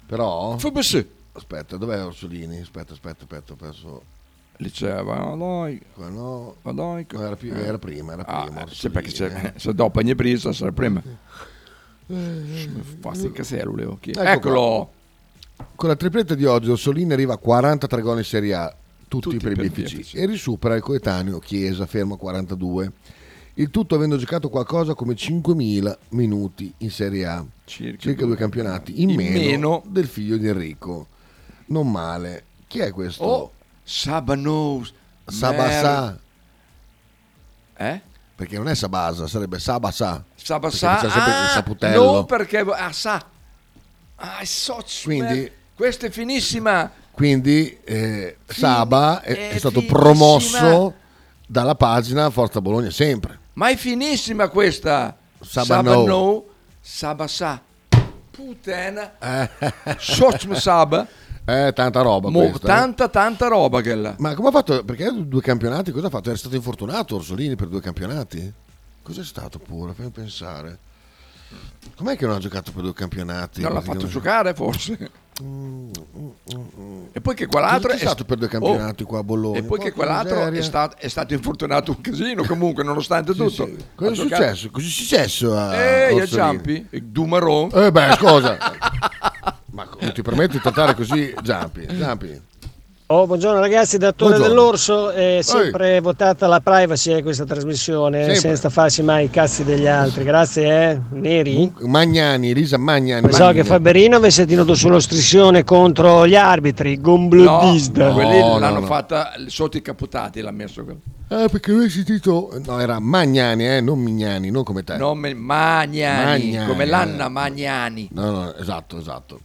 Però... FBS. Aspetta, dov'è Orsolini? Aspetta, aspetta, aspetta, ho perso... Diceva, noi... Qua no. Madonna, Era, pi- era prima, era Ah, prima. sì, perché se, eh. se dopo ogni presa sarà prima. Ecco Fastidio cellule, ok. qua. Eccolo. Con la tripletta di oggi Orsolini arriva a 43 gol in Serie A, tutti, Tutti per il per il BFC, BFC. e risupera il coetaneo Chiesa, fermo a 42. Il tutto avendo giocato qualcosa come 5.000 minuti in Serie A, circa, due campionati in, in meno, meno. del figlio di Enrico. Non male. Chi è questo? Oh, Sabanos. Sabasa. Eh? Perché non è Sabasa, sarebbe Sabasa. Sabasa. Perché c'è sempre il Ah, saputello. Non perché... Ah, sa. Ah, è socio. Quindi- merda. Questa è finissima. Quindi eh, Saba è, è è stato finissima. promosso dalla pagina Forza Bologna sempre. Ma è finissima questa. Sabano. Sabano. Sabasa. Puttana. (laughs) Eh. Socio Saba. Eh, tanta roba. Mo- questa, eh. tanta, tanta roba che là. Ma come ha fatto? Perché due campionati? Cosa ha fatto? Era stato infortunato Orsolini per due campionati? Cos'è stato pure? Fammi pensare. Com'è che non ha giocato per due campionati? Non l'ha fatto giocare forse. Mm, E poi che quell'altro Oh, Chi- chi è stato per due campionati qua a Bologna? E poi che Porca quell'altro miseria. è, sta- è stato infortunato un casino comunque nonostante tutto. Cosa è Ha giocato- Eh, successo? Cosa è successo a Ehi, a Orsolini? Giampi, il Dumaron. Eh beh, scusa. Ma co- non ti permetti di trattare così Giampi? Giampi. Oh, buongiorno ragazzi, da Torre Buongiorno. dell'Orso è sempre votata la privacy eh, questa trasmissione, Sempre. senza farsi mai i cazzi degli altri. Grazie, eh. Neri. Magnani, Elisa Magnani. Pensavo Magnani. che Faberino avesse tirato sullo striscione contro gli arbitri, gomblottista. No, quelli l'hanno no. fatta sotto i caputati, l'ha messo quello. Ah, perché lui ha sentito. No, era Magnani, eh, non Mignani, non come te. Nome Magnani, Magnani, come l'Anna eh. Magnani. No, no, esatto, esatto.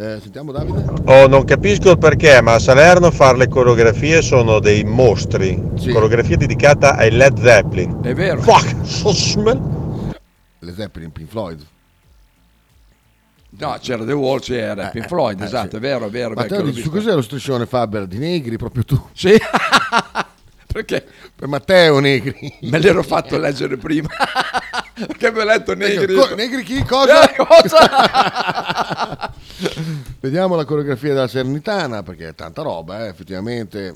Eh, sentiamo Davide. Oh, non capisco il perché, ma a Salerno fare le coreografie sono dei mostri. Coreografia dedicata ai Led Zeppelin. È vero. Fuck, so smell. Le Zeppelin, Pink Floyd. No, c'era The Wall, Eh, c'era Pink Floyd, esatto, è vero, è vero. Ma beh, te quello lo dici, visto. su cos'è lo striscione Faber di Negri? Proprio tu. Sì. (laughs) Perché? Per Matteo Negri. Me l'ero fatto leggere prima. (laughs) Perché mi ho letto Negri. Co- Negri chi? Cosa? Eh, cosa? (laughs) Vediamo la coreografia della Serenitana perché è tanta roba, eh, effettivamente è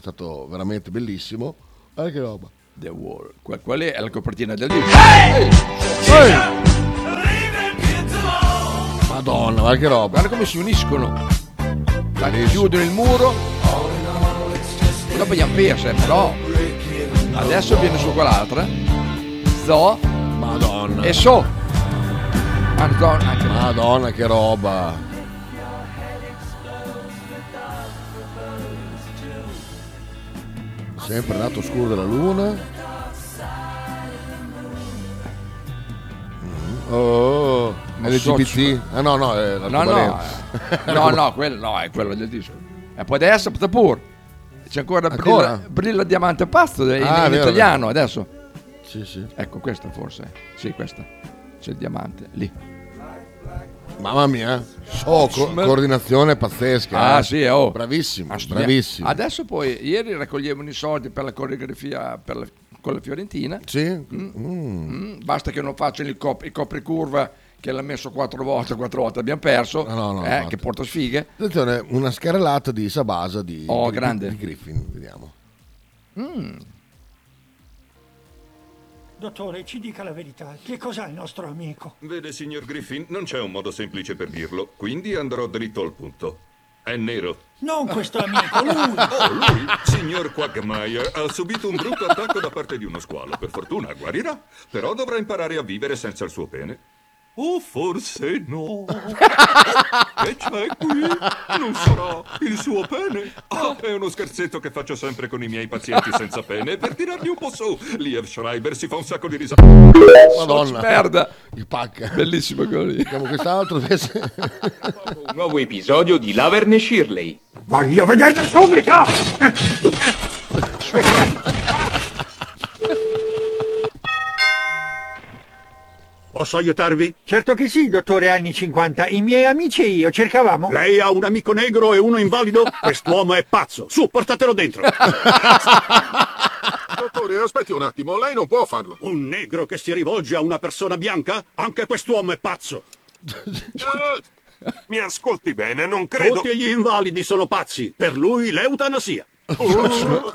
stato veramente bellissimo. Guarda che roba. The Wall. Que- Quella è la copertina del libro. Ehi! Madonna, guarda che roba. Guarda come si uniscono. Guarda, Chiudono il muro. Dopo gli perso, eh, però. Adesso viene su quell'altra. Zo. Madonna. E so. Madonna, anche là. Madonna che roba. Sempre lato scuro della luna. Mhm. Oh, oh, Ma LGBT. so- Ah no, no, è No, no, eh. (laughs) no, Come- no, quello no, è quello del disco. Eh, E poi adesso, sta pure. C'è ancora, Ancora? Brilla, brilla diamante pazzo in, Ah, in vero, italiano adesso. Sì, sì. Ecco, questa forse. Sì, questa. C'è il diamante lì. (laughs) Mamma mia. Oh, co- Sm- coordinazione pazzesca. Ah, eh. sì, eh, oh. Bravissimo, Ma studia- bravissimo. Adesso poi, ieri raccoglievano i soldi per la coreografia per la- con la Fiorentina. Sì? Mm, basta che non facciano il, cop- il copricurva che l'ha messo quattro volte, quattro volte abbiamo perso. No, no, eh, infatti. che porta sfighe. Attenzione, una scarrellata di Sabasa di, Oh, di- grande. di Griffin, vediamo. Mm. Dottore, ci dica la verità. Che cos'ha il nostro amico? Vede, signor Griffin, non c'è un modo semplice per dirlo, quindi andrò dritto al punto. È nero. Non questo amico, lui! (laughs) Oh, lui, signor Quagmire, ha subito un brutto attacco da parte di uno squalo. Per fortuna guarirà, però dovrà imparare a vivere senza il suo pene. O forse no. e c'è qui, non sarà il suo pene. Ah, è uno scherzetto che faccio sempre con i miei pazienti senza pene per tirarli un po' su. Liev Schreiber si fa un sacco di risate. Madonna. merda. Il pacca. Bellissimo quello lì. Vediamo quest'altro invece. Un nuovo episodio di Laverne Shirley. (laughs) Voglio vederla subito! Posso aiutarvi? Certo che sì, dottore anni 50. I miei amici e io cercavamo... Lei ha un amico negro e uno (laughs) invalido? Quest'uomo è pazzo. Su, portatelo dentro. (laughs) Dottore, aspetti un attimo, lei non può farlo. Un negro che si rivolge a una persona bianca? Anche quest'uomo è pazzo. Mi ascolti bene, non credo- Tutti gli invalidi sono pazzi. Per lui l'eutanasia. Uh.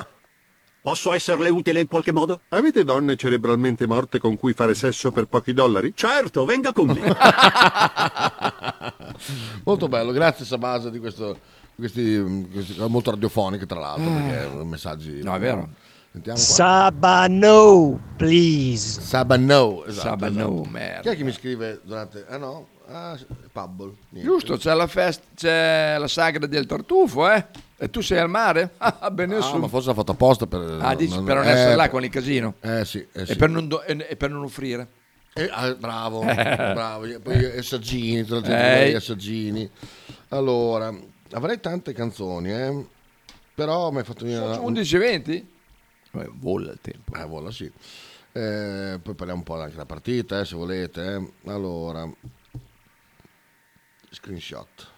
Posso esserle utile in qualche modo? Avete donne cerebralmente morte con cui fare sesso per pochi dollari? Certo, venga con (laughs) me. (laughs) molto bello, grazie Sabasa di questo, di questi, mm, questi- eh, molto radiofoniche tra Mm. l'altro, perché eh, messaggi... No, è vero. Sentiamo qua. Sabano, please. Sabano, esatto, Sabano, esatto. merda. Chi è che mi scrive durante... Ah no, ah, Pubble. niente. Giusto, c'è la festa, c'è la sagra del tartufo, eh? E tu sei al mare? (laughs) Ah, benissimo. Ah, ma forse l'ha fatto apposta per... Ah, dici, per non essere eh, là con il casino. Eh sì, eh sì. E, per non do- e- e per non offrire. Eh, ah, (laughs) bravo, bravo. Io- Poi io- e Saggini, tra l'altro, Eh. e Saggini. Allora, avrei tante canzoni, eh, però mi hai fatto venire... Sono 11-20? Eh, vola il tempo. Eh, vola, sì. Eh, poi parliamo un po' anche della partita, eh, se volete. eh. Allora, screenshot.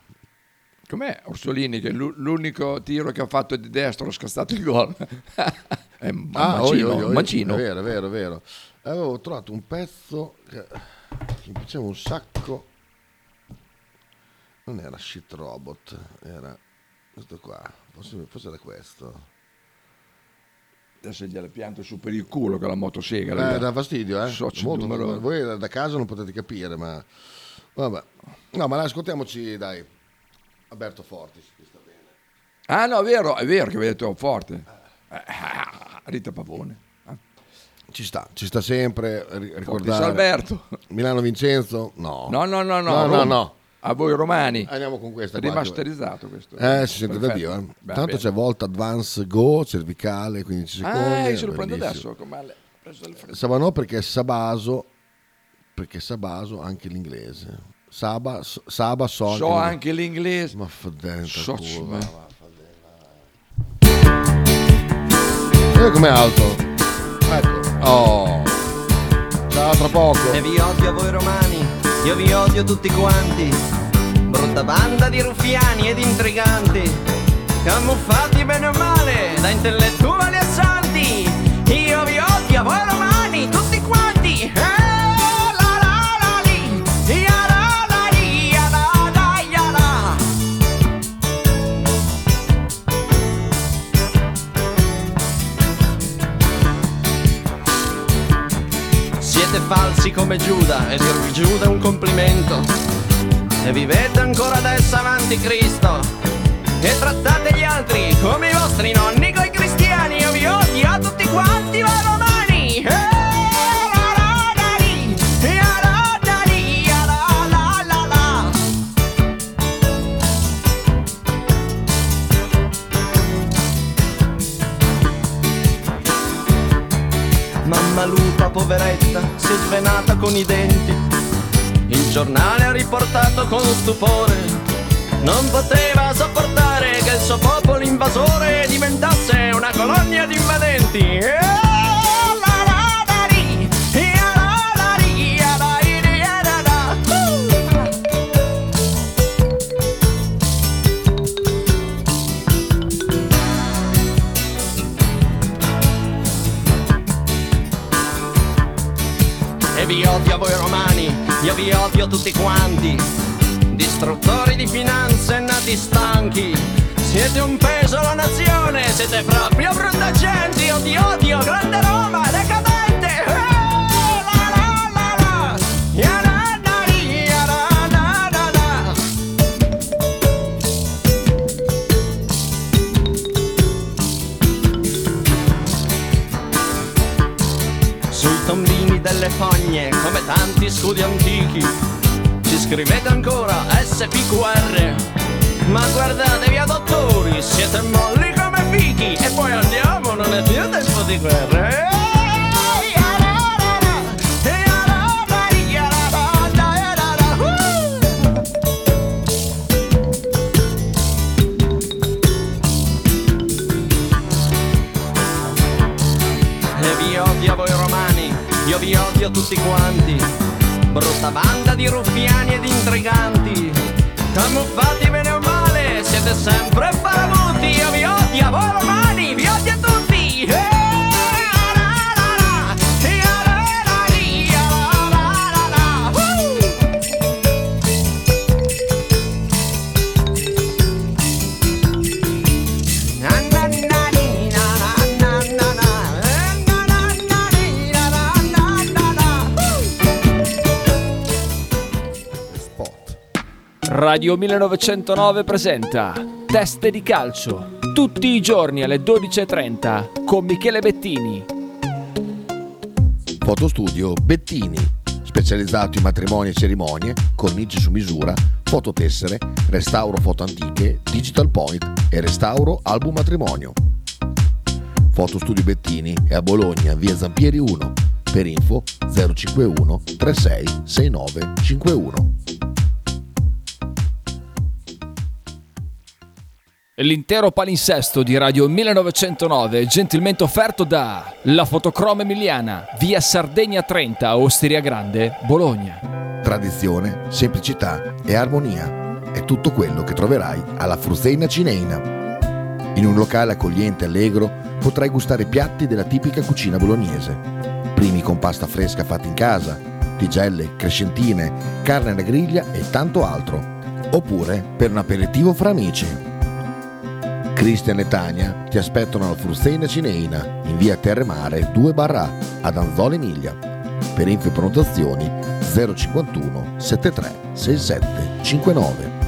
Com'è Orsolini che è l'u- l'unico tiro che ha fatto di destra ha scassato il gol? (laughs) è un Ah, macino, oi, oi, oi. un macino. È vero, è vero, è vero. Avevo trovato un pezzo che che mi piaceva un sacco. Non era Shit Robot, era questo qua. Forse, forse era questo. Adesso gliela pianto su per il culo con la motosega. Eh, dà fastidio, eh? Socio Molto, numero- molto. Voi da- da casa non potete capire, ma... Vabbè. No, ma la ascoltiamoci, dai. Alberto Fortis. che sta bene. Ah no, è vero, è vero che avete detto forte. Eh, ah, Rita Pavone. Ah, Ci sta, ci sta sempre eh, ri- ricordare. Alberto. Milano Vincenzo? No. No, no, no, no. No, no, Rom- no. A voi romani. Andiamo con questa. qua, Rimasterizzato questo. Eh, si sente da Perfetto. Dio. eh. Beh, Tanto bene. c'è Volta Advance Go, cervicale, 15 secondi. Ah, eh, io se lo prendo bellissimo. adesso. Come al- preso dal freddo. Sabanò perché è Sabaso, perché Sabaso anche l'inglese. Saba, so- Saba so anche, So anche l'inglese. Ma fa dentro So- culo, ma- va, va, va. Guarda Eh, com'è alto. Ecco. Oh. Ciao, tra poco. E vi odio a voi romani, io vi odio tutti quanti. Brutta banda di ruffiani ed intriganti, camuffati bene o male da intellettuali e santi. Io vi odio a voi romani, tutti quanti. Eh, la la la li, ia la la li, ia la la, ia la. Siete falsi come Giuda e dir Giuda è un complimento. E vivete ancora adesso avanti Cristo. E trattate gli altri come i vostri nonni coi cristiani. Io vi odio a tutti quanti voi romani. Eh, la la la li, eh, la la li, eh, la la la la. Mamma lupa, poveretta, si è svenata con i denti. Il giornale ha riportato con stupore. Non poteva sopportare che il suo popolo invasore diventasse una colonia di invadenti. Eh, la la la li, eh, la la li, eh, la li, eh, la la. Uh! E vi odio a voi romani, io vi odio tutti quanti. Distruttori di finanze nati stanchi. Siete un peso alla nazione, siete proprio brutta gente. Io ti odio, grande Roma, decadente. Eh, la, la, la, la. Ia, la, la, li, ia, la, la, la, la. Sui tombini delle fogne come tanti scudi antichi. Ci scrivete ancora SPQR, ma guardatevi a dottori, siete molli come fichi e poi andiamo, non è più tempo di guerre. E vi odio a voi romani, io vi odio tutti quanti. Brutta banda di ruffiani ed intriganti. Camuffati bene o male, siete sempre paramuti. Io vi odio a voi romani, vi odio tutti. Eh, ra, ra, ra, eh, ra, ra, ri, ra, ra, ra, ra, uh! Na, na, na, ni, na, na, na, na, na. Radio 1909 presenta Teste di calcio, tutti i giorni alle 12.30 con Michele Bettini. Fotostudio Bettini, specializzato in matrimoni e cerimonie, cornici su misura, fototessere, restauro foto antiche, digital point e restauro album matrimonio. Fotostudio Bettini è a Bologna, via Zampieri 1, per info 051 36 69 51. L'intero palinsesto di Radio 1909 gentilmente offerto da La Fotocroma Emiliana, via Sardegna 30, Osteria Grande, Bologna. Tradizione, semplicità e armonia è tutto quello che troverai alla Fruzeina Cineina. In un locale accogliente e allegro potrai gustare piatti della tipica cucina bolognese. Primi con pasta fresca fatta in casa, tigelle, crescentine, carne alla griglia e tanto altro. Oppure per un aperitivo fra amici. Cristian e Tania ti aspettano alla Frusteina Cineina in via Terremare 2 barra A, ad Anzola Emilia. Per info e prenotazioni 051 73 67 59.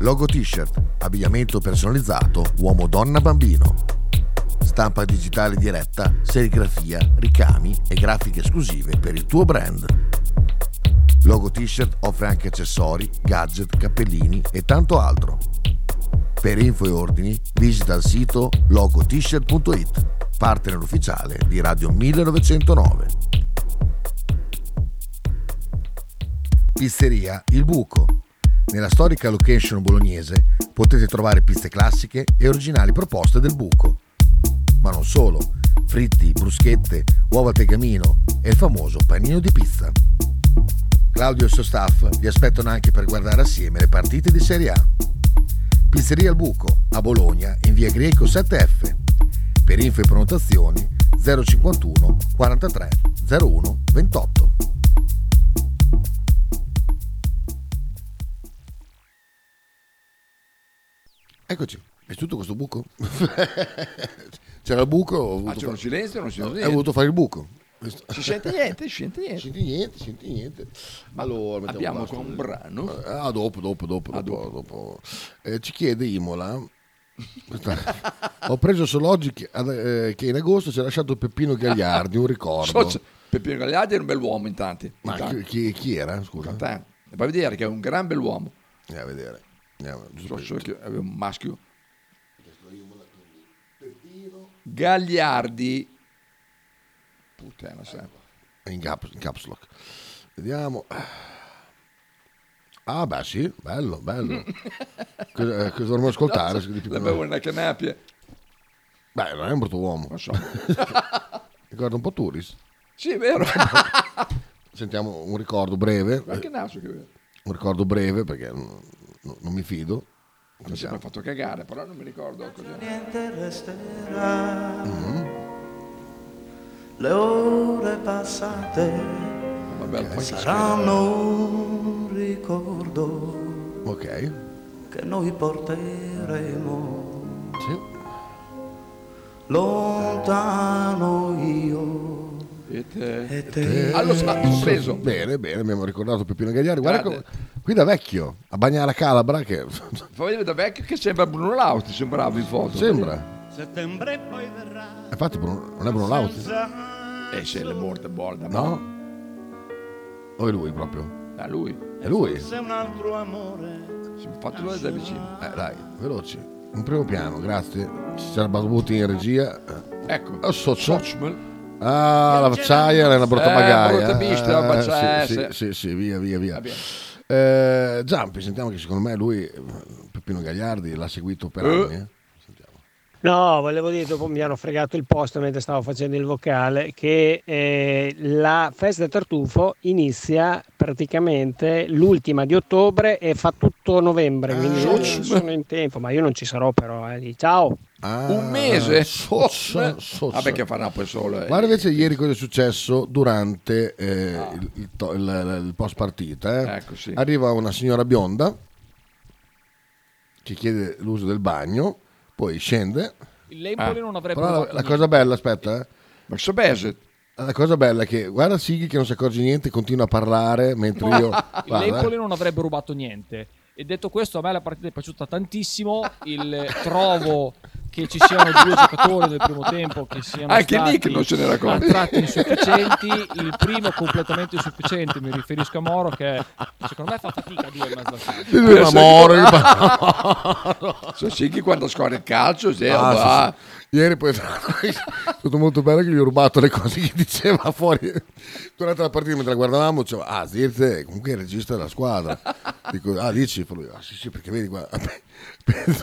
Logo T-shirt, abbigliamento personalizzato uomo-donna-bambino. Stampa digitale diretta, serigrafia, ricami e grafiche esclusive per il tuo brand. Logo T-shirt offre anche accessori, gadget, cappellini e tanto altro. Per info e ordini visita il sito logotshirt.it, partner ufficiale di Radio 1909. Pizzeria Il Buco. Nella storica location bolognese potete trovare pizze classiche e originali proposte del buco. Ma non solo, fritti, bruschette, uova al tegamino e il famoso panino di pizza. Claudio e il suo staff vi aspettano anche per guardare assieme le partite di Serie A. Pizzeria al Buco, a Bologna, in via Greco 7F. Per info e prenotazioni 051 43 01 28. Eccoci, è tutto questo buco? (laughs) C'era il buco, ho voluto Ah, c'era un fare- silenzio, non si sente No, niente. Hai voluto fare il buco. Si sente niente, si sente niente. Senti niente, senti niente. Allora, mettiamo abbiamo basta. qua un brano. Eh, Ah, dopo, dopo, dopo, dopo, dopo. Eh, ci chiede Imola. Questa- Ho preso solo oggi che, ad- eh, che in agosto ci ha lasciato Peppino Gagliardi, un ricordo. Socio- Peppino Gagliardi era un bell'uomo intanto. Ma intanto. chi, chi- chi era? Scusa. Cantante. E vai a vedere che è un gran bell'uomo. Andiamo a vedere. Andiamo, giusto Socio che è un maschio. Gagliardi. Puttana sempre. per- In, cap- in caps lock. Vediamo. Ah, beh, sì, bello, (laughs) bello. cosa, eh, cosa dovremmo ascoltare? Di Peppino- L'avevo nella canapia. Beh, non è un brutto uomo. (laughs) Ricorda un po' Turis. Sì, (laughs) è vero. Sentiamo un ricordo breve. Anche Naso che vero. un ricordo breve perché non, non- non mi fido. Mi Diciamo. sembra fatto cagare, però non mi ricordo cos'è. Mm-hmm. Le ore passate Vabbè, Eh, poi si saranno un ricordo Ok. che noi porteremo Sì. lontano io e te. e te. Allo spazio preso. Bene, bene, abbiamo ricordato Peppino Gagliari. Guarda, Grande. come- qui da vecchio, a Bagnara Calabra, che (laughs) Fa vedere da vecchio che sembra Bruno Lauti, sembrava in foto. sembra. Settembre poi verrà. È fatto Bruno, non è Bruno Lauti? E Eh, se le morte borda, No? O è lui proprio? È lui. È lui? Se un altro amore. Fatto lui da vicino. Eh, dai. Veloci. In primo piano, grazie. C'era Barbuti in regia. Ecco. Oh, socio. Ah, la vacciaia è una brutta Eh, magaia. brutta bista, Eh, vacciaia, sì, sì. sì, sì, sì, via, via, via. Eh, Giampi, sentiamo che secondo me lui, eh, Peppino Gagliardi, l'ha seguito per Eh. anni. eh. No, volevo dire, dopo mi hanno fregato il posto mentre stavo facendo il vocale, che eh, la festa del tartufo inizia praticamente l'ultima di ottobre e fa tutto novembre, Ah. quindi non sono in tempo, ma io non ci sarò però. eh. Ciao! Ah, Un mese? Eh. Ah, socio, socio. Vabbè che farà poi solo. eh. Ah. Guarda invece ieri cosa è successo durante eh, il, il to- il- il post partita. eh. Ecco, sì. Arriva una signora bionda che chiede l'uso del bagno, poi scende. Ah. L'Empoli non avrebbe Eh, Però la, provato la niente. cosa bella, aspetta, eh. La cosa bella è che guarda Sighi che non si accorge niente, continua a parlare (laughs) mentre io... guarda, eh. L'Empoli non avrebbe rubato niente. E detto questo, a me la partita è piaciuta tantissimo. Il trovo che ci siano due giocatori del primo tempo che siano Anche stati Nick non se n'era accorto. a tratti insufficienti. Il primo completamente insufficiente, mi riferisco a Moro, che secondo me fa fatica a due e mezzo al campo. Sì, sì, ma Moro, (laughs) io- (laughs) Sono sicchi quando scorre il calcio, sì, Ah, sì, va. sì. Ieri poi (laughs) tra l'altro, è stato molto bello che gli ho rubato le cose che diceva fuori durante la partita mentre la guardavamo. Dicevo, ah, Zirze comunque è il regista della squadra. Dico, ah, dici? Fa lui, ah, sì, sì, perché vedi qua. (laughs)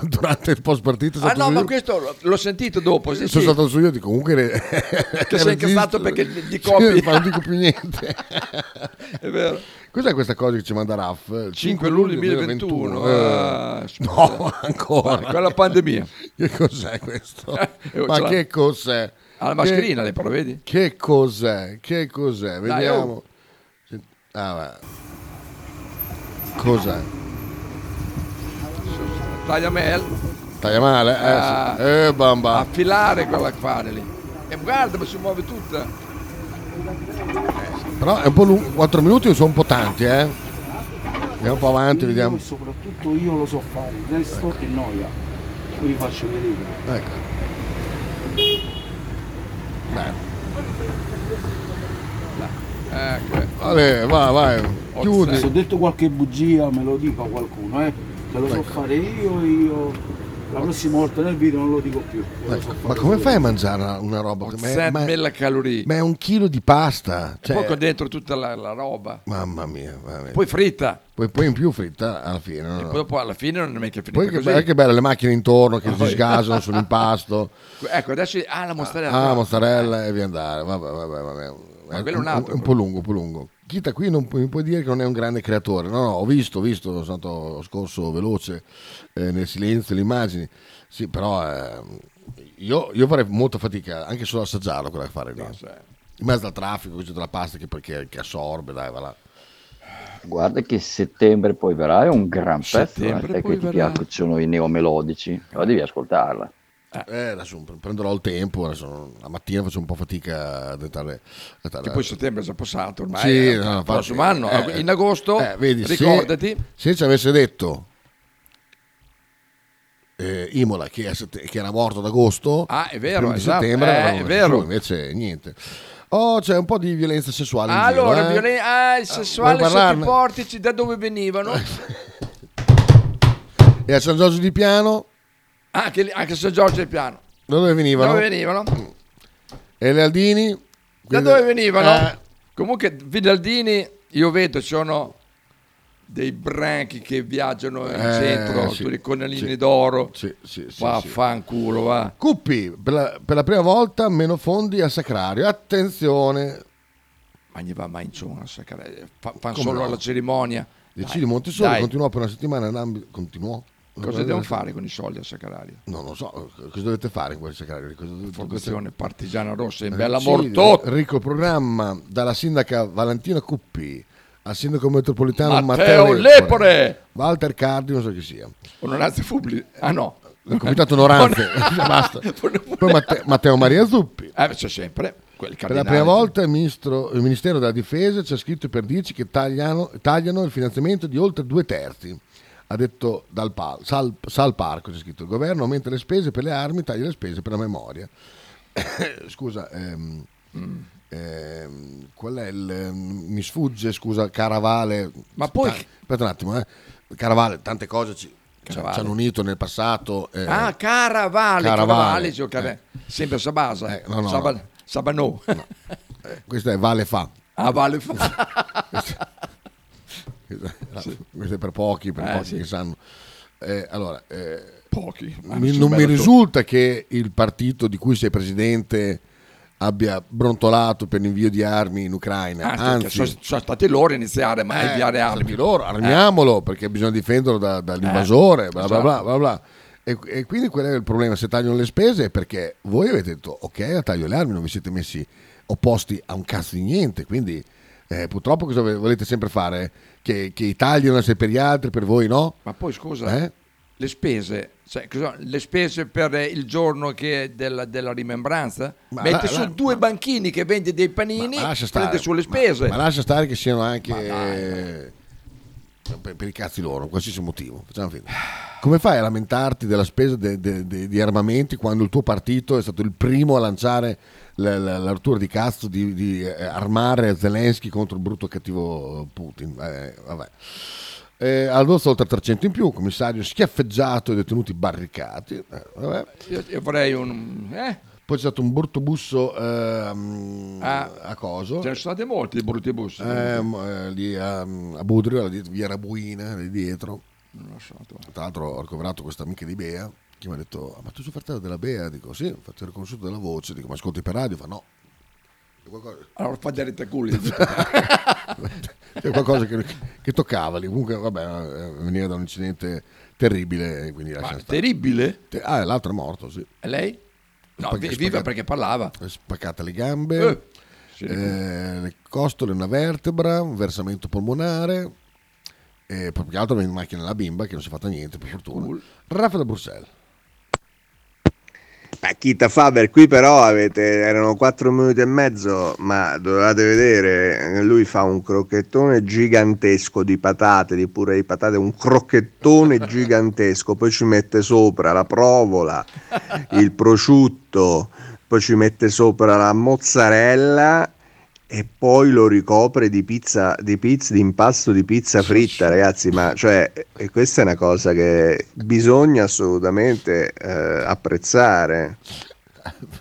durante il post partita Ah no, ma questo lo- l'ho sentito dopo. sì, sono sì. stato su io, dico comunque re- (laughs) (laughs) Che sei regista. incazzato perché gli Sì, copi. ma non dico più niente. (laughs) È vero. Cos'è questa cosa che ci manda Raff? Il 5 luglio 2021. Ah, Eh, scusa. no, ancora. Guarda, quella pandemia. (laughs) Che cos'è questo? (laughs) Eh, ce Ma l'ha. che cos'è? Ha la Che- mascherina, le però, vedi? Che cos'è? Che cos'è? Dai, Vediamo. oh. Sent- Ah, va. Cos'è? Tagliamel. Taglia male? Eh, Ah. sì. eh bamba. Affilare quella che fare lì. E guarda, ma si muove tutta. Però è un po' lungo, 4 minuti sono un po' tanti, eh. Andiamo un po' avanti, vediamo. soprattutto io lo so fare, il resto Ecco. che noia. Vi faccio vedere. Ecco. Beh, Ecco. vabbè, vai, vai. Chiudi. Se ho detto qualche bugia me lo dica qualcuno, eh. Te Ecco. lo so fare io e io. La prossima volta nel video non lo dico più. Lo so Ecco, Ma fare come io. fai a mangiare una- una roba? che- Ma è, ma, è- 7000 calorie. ma è un chilo di pasta. e poi Cioè, con dentro tutta la, la roba. mamma mia, mamma mia. Poi fritta. Poi, poi in più fritta alla fine. no, no. Poi dopo alla fine non è mica finita Poi che, così. be- che belle le macchine intorno che si Poi- sgasano (laughs) sull'impasto. Ecco, adesso... Ah, la mozzarella. Ah, mozzarella e via andare. Vabbè, vabbè, vabbè. Ma È quello è un altro, un po' lungo, un po' lungo. Chita qui non pu- mi puoi dire che non è un grande creatore. No, no, ho visto, ho visto, sono stato scorso veloce eh, nel silenzio, le immagini. Sì, però ehm, io, io farei molta fatica anche solo a assaggiarlo quello che fare lì. certo. In mezzo al traffico, c'è della pasta che, perché- che assorbe, dai, va là. Guarda che settembre poi verrà, è un gran pezzo, eh. Settembre Te che poi ti verrà. piacciono i neomelodici, però devi ascoltarla. Eh, adesso pre- prenderò il tempo, adesso non- la mattina faccio un po' fatica a tentare... a tentare- Che poi settembre è già passato ormai. Sì, eh, no, il prossimo infatti, anno, eh, in agosto, eh, vedi, se- ricordati, Se, ci avesse detto eh, Imola che, è sette- che era morto ad agosto, Ah, è vero, il primo di esatto, settembre, eh, avevamo è messo vero. giù, invece niente. Oh, c'è un po' di violenza sessuale. in giro, allora, eh. violen- ah, il sessuale vuoi sotto parlarne? i portici da dove venivano. (laughs) E a San Giorgio di Piano, anche, lì- anche se Giorgio è piano. da dove Da venivano? dove venivano? E le Aldini? Da Quindi- dove venivano? Eh, Comunque, Vidaldini, io vedo, ci sono dei branchi che viaggiano in Eh, centro sì, sui conalini sì, d'oro. Sì, sì, sì, sì. Vaffanculo, va. Cuppi, per la, per la prima volta meno fondi a Sacrario. Attenzione, Ma gli va mai in giù a sacrare. eh, Fa, fanno Come solo no? la cerimonia. Il Dai, Cili Montesolo dai. continuò per una settimana in ambito. Continuò? Cosa Eh, devono fare con i soldi a Sacrario? Non lo so, cosa dovete fare in quel sacrario? Cosa dovete- Fondazione cosa- Partigiana Rossa in Eh, Bella sì, Mortotta. Ricco programma dalla sindaca Valentina Cuppi al sindaco metropolitano Matteo Matteo, Lepore. Walter Cardi, non so chi sia. Onoranze pubbliche. Ah no. Il comitato (laughs) onoranze, (laughs) basta. Poi Matte- Matteo Maria Zuppi. Eh, c'è sempre quel Per la cardinale. prima volta il, ministro- il Ministero della Difesa ci ha scritto per dirci che tagliano, tagliano il finanziamento di oltre due terzi ha detto dal pa- sal, sal parco, c'è scritto il governo aumenta le spese per le armi, taglia le spese per la memoria. (coughs) scusa, ehm, ehm, qual è il... ehm, mi sfugge, scusa, Caravale. Ma poi... aspetta un attimo, eh. Caravale, tante cose ci, ci Caravale. hanno unito nel passato. eh. Ah, Caravale, Caravale, Eh. Caravale, cioè, Cara- sempre Sabasa, no, no, Saba- no. Sabanò. Questo è Vale Fa. Ah, vale. (laughs) Questo è per pochi, per Esatto. Eh, pochi sì. che sanno. Eh, allora, eh, (laughs) Pochi. mi- non mi risulta che il partito di cui sei presidente abbia brontolato per l'invio di armi in Ucraina. Anzi, Anzi, che sono, Ah, sono stati loro a iniziare ma a eh, inviare armi. stati loro, armiamolo perché bisogna difenderlo da- dall'invasore, bla bla Esatto. bla bla. bla. E, e quindi qual è il problema? Se tagliano le spese è perché voi avete detto ok, taglio le armi, non vi siete messi opposti a un cazzo di niente, quindi eh, purtroppo cosa ve- volete sempre fare? Che, che i tagli non essere per gli altri, per voi no? Ma poi scusa, Eh? le spese, cioè, cosa- le spese per eh, il giorno che è della, della rimembranza? Ma Metti la- su la- due banchini che vendi dei panini, Ma lascia prende stare, sulle spese. Ma lascia stare che siano anche eh, per, per i cazzi loro, qualsiasi motivo. Facciamo (sighs) finta. Come fai a lamentarti della spesa de- de- de- di armamenti quando il tuo partito è stato il primo a lanciare la, la- la rottura di cazzo di, di, eh, armare Zelensky contro il brutto e cattivo Putin? Eh, vabbè. Eh, Adolfo oltre 300 in più, commissario schiaffeggiato e detenuti barricati. Eh, vabbè. Io, io vorrei un... Eh? Poi c'è stato un brutto busso ehm, Ah. a coso. Ce ne sono stati molti di brutti bus. Ehm, eh, lì a, a Budrio, alla di- via Rabuina, lì dietro. Tra l'altro ho ricoverato questa amica di Bea che mi ha detto, "Ah, ma tu sei fratello della Bea? Dico, sì, ho fatto il riconosciuto della voce. Dico, ma ascolti per radio? Fa, no. Allora fa dare (laughs) (laughs) culli. C'è Cioè, qualcosa che, che toccava lì. Comunque, vabbè, eh, veniva da un incidente terribile. Quindi lascia stare. terribile? Te- ah, l'altro è morto, sì. E lei? No, Spacca- vi- viva spaccata- perché parlava. Eh, Spaccate le gambe, Eh, sì, dico. eh, le costole, una vertebra, un versamento polmonare. E poi più che altro è in macchina la bimba che non si è fatta niente, per fortuna. Raffa da Bruxelles. Pacchita Faber, qui però avete, erano 4 minuti e mezzo, ma dovevate vedere, lui fa un crocchettone gigantesco di patate, di purè di patate, un crocchettone gigantesco, poi ci mette sopra la provola, il prosciutto, poi ci mette sopra la mozzarella e poi lo ricopre di pizza, di pizza, di impasto di pizza fritta, ragazzi, ma cioè, e questa è una cosa che bisogna assolutamente eh, apprezzare.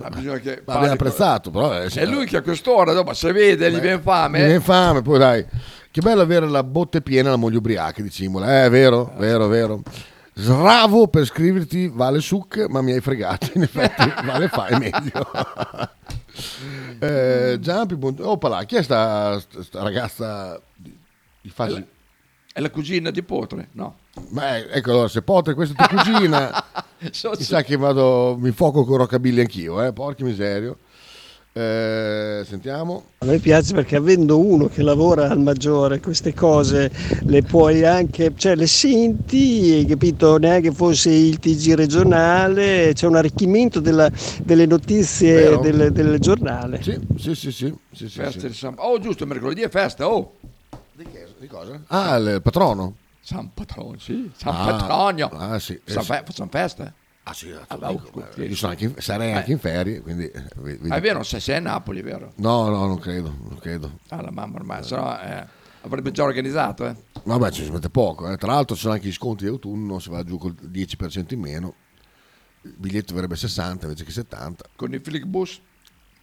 Ma bisogna che Ma abbiamo parli- apprezzato, però. eh, sì, È lui che a quest'ora, dopo, se vede, gli viene fame. Mi viene fame, poi dai. Che bello avere la botte piena la moglie ubriaca di Cimola. Eh, vero, vero, vero. Sravo per scriverti Vale Suc, ma mi hai fregato. In (laughs) effetti, Vale fai meglio. eh, Giampi, buon- opala, chi è sta, sta ragazza di, di È faccia- la- È la cugina di Potre, no? Ma eh, ecco allora, se Potre, questa è tua cugina, (laughs) So- mi sa che vado, mi fuoco con Roccabilli anch'io, eh, porca miseria. Eh, sentiamo. A me piace perché avendo uno che lavora al maggiore queste cose le puoi anche, cioè le senti, hai capito? Neanche fosse il TG regionale, c'è un arricchimento della- delle notizie Vero. del, del giornale. Sì, sì, sì, sì. sì, sì, Festa sì. di San- Oh, giusto, mercoledì è festa, oh! Di cosa? Ah, il patrono. San Patrono, sì. San Ah, Petronio. ah, sì, eh, San sì. fe- facciamo festa? Ah, sì, beh, oh, scusa. Io sono anche in- sarei Eh. anche in ferie, quindi... eh, ve- vedi- Ah, è vero, se sei a Napoli, è vero? No, no, non credo, non credo. Ah, la mamma ormai, sennò eh, avrebbe già organizzato, eh. Vabbè, ci si mette poco. eh. Tra l'altro ci sono anche gli sconti di autunno, si va giù col 10% in meno. Il biglietto verrebbe 60 invece che 70. Con il Flixbus?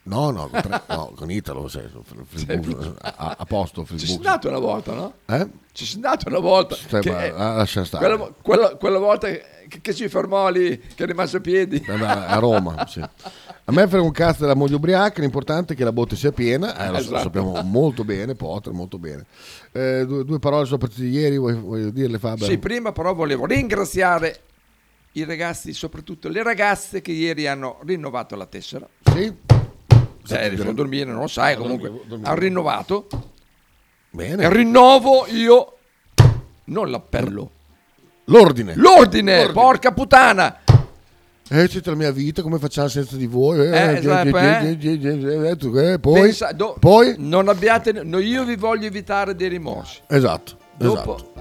No, no, con, tre- (laughs) no, con Italo, sai, sul Flixbus, Sì. a, a posto. Ci Flixbus. sei andato una volta, no? Eh? Ci sei andato una volta. Stai, che- ma- ah, lascia stare. quella, quella- quella volta che, che ci fermò lì, che è rimasto a piedi. Eh, ma a (laughs) Roma, sì. A me frega un cazzo della moglie ubriaca, l'importante è che la botte sia piena, eh, lo so- Esatto. sappiamo molto bene, Potter, molto bene. Eh, due, due parole sono partite ieri, vuoi, vuoi dirle Fabio? Sì, prima però volevo ringraziare i ragazzi, soprattutto le ragazze che ieri hanno rinnovato la tessera. Sì. Cioè, sono dormire, non lo sai, Ah, comunque dormivo, dormivo. hanno rinnovato. Bene. E rinnovo io non l'appello. Eh. L'ordine. L'ordine, porca puttana. Eh, c'è la mia vita, come facciamo senza di voi? Eh, Eh, esatto, eh. eh, tu- eh, poi, Pensa- do- poi, Non abbiate no, io vi voglio evitare dei rimorsi. esatto, Dopo esatto.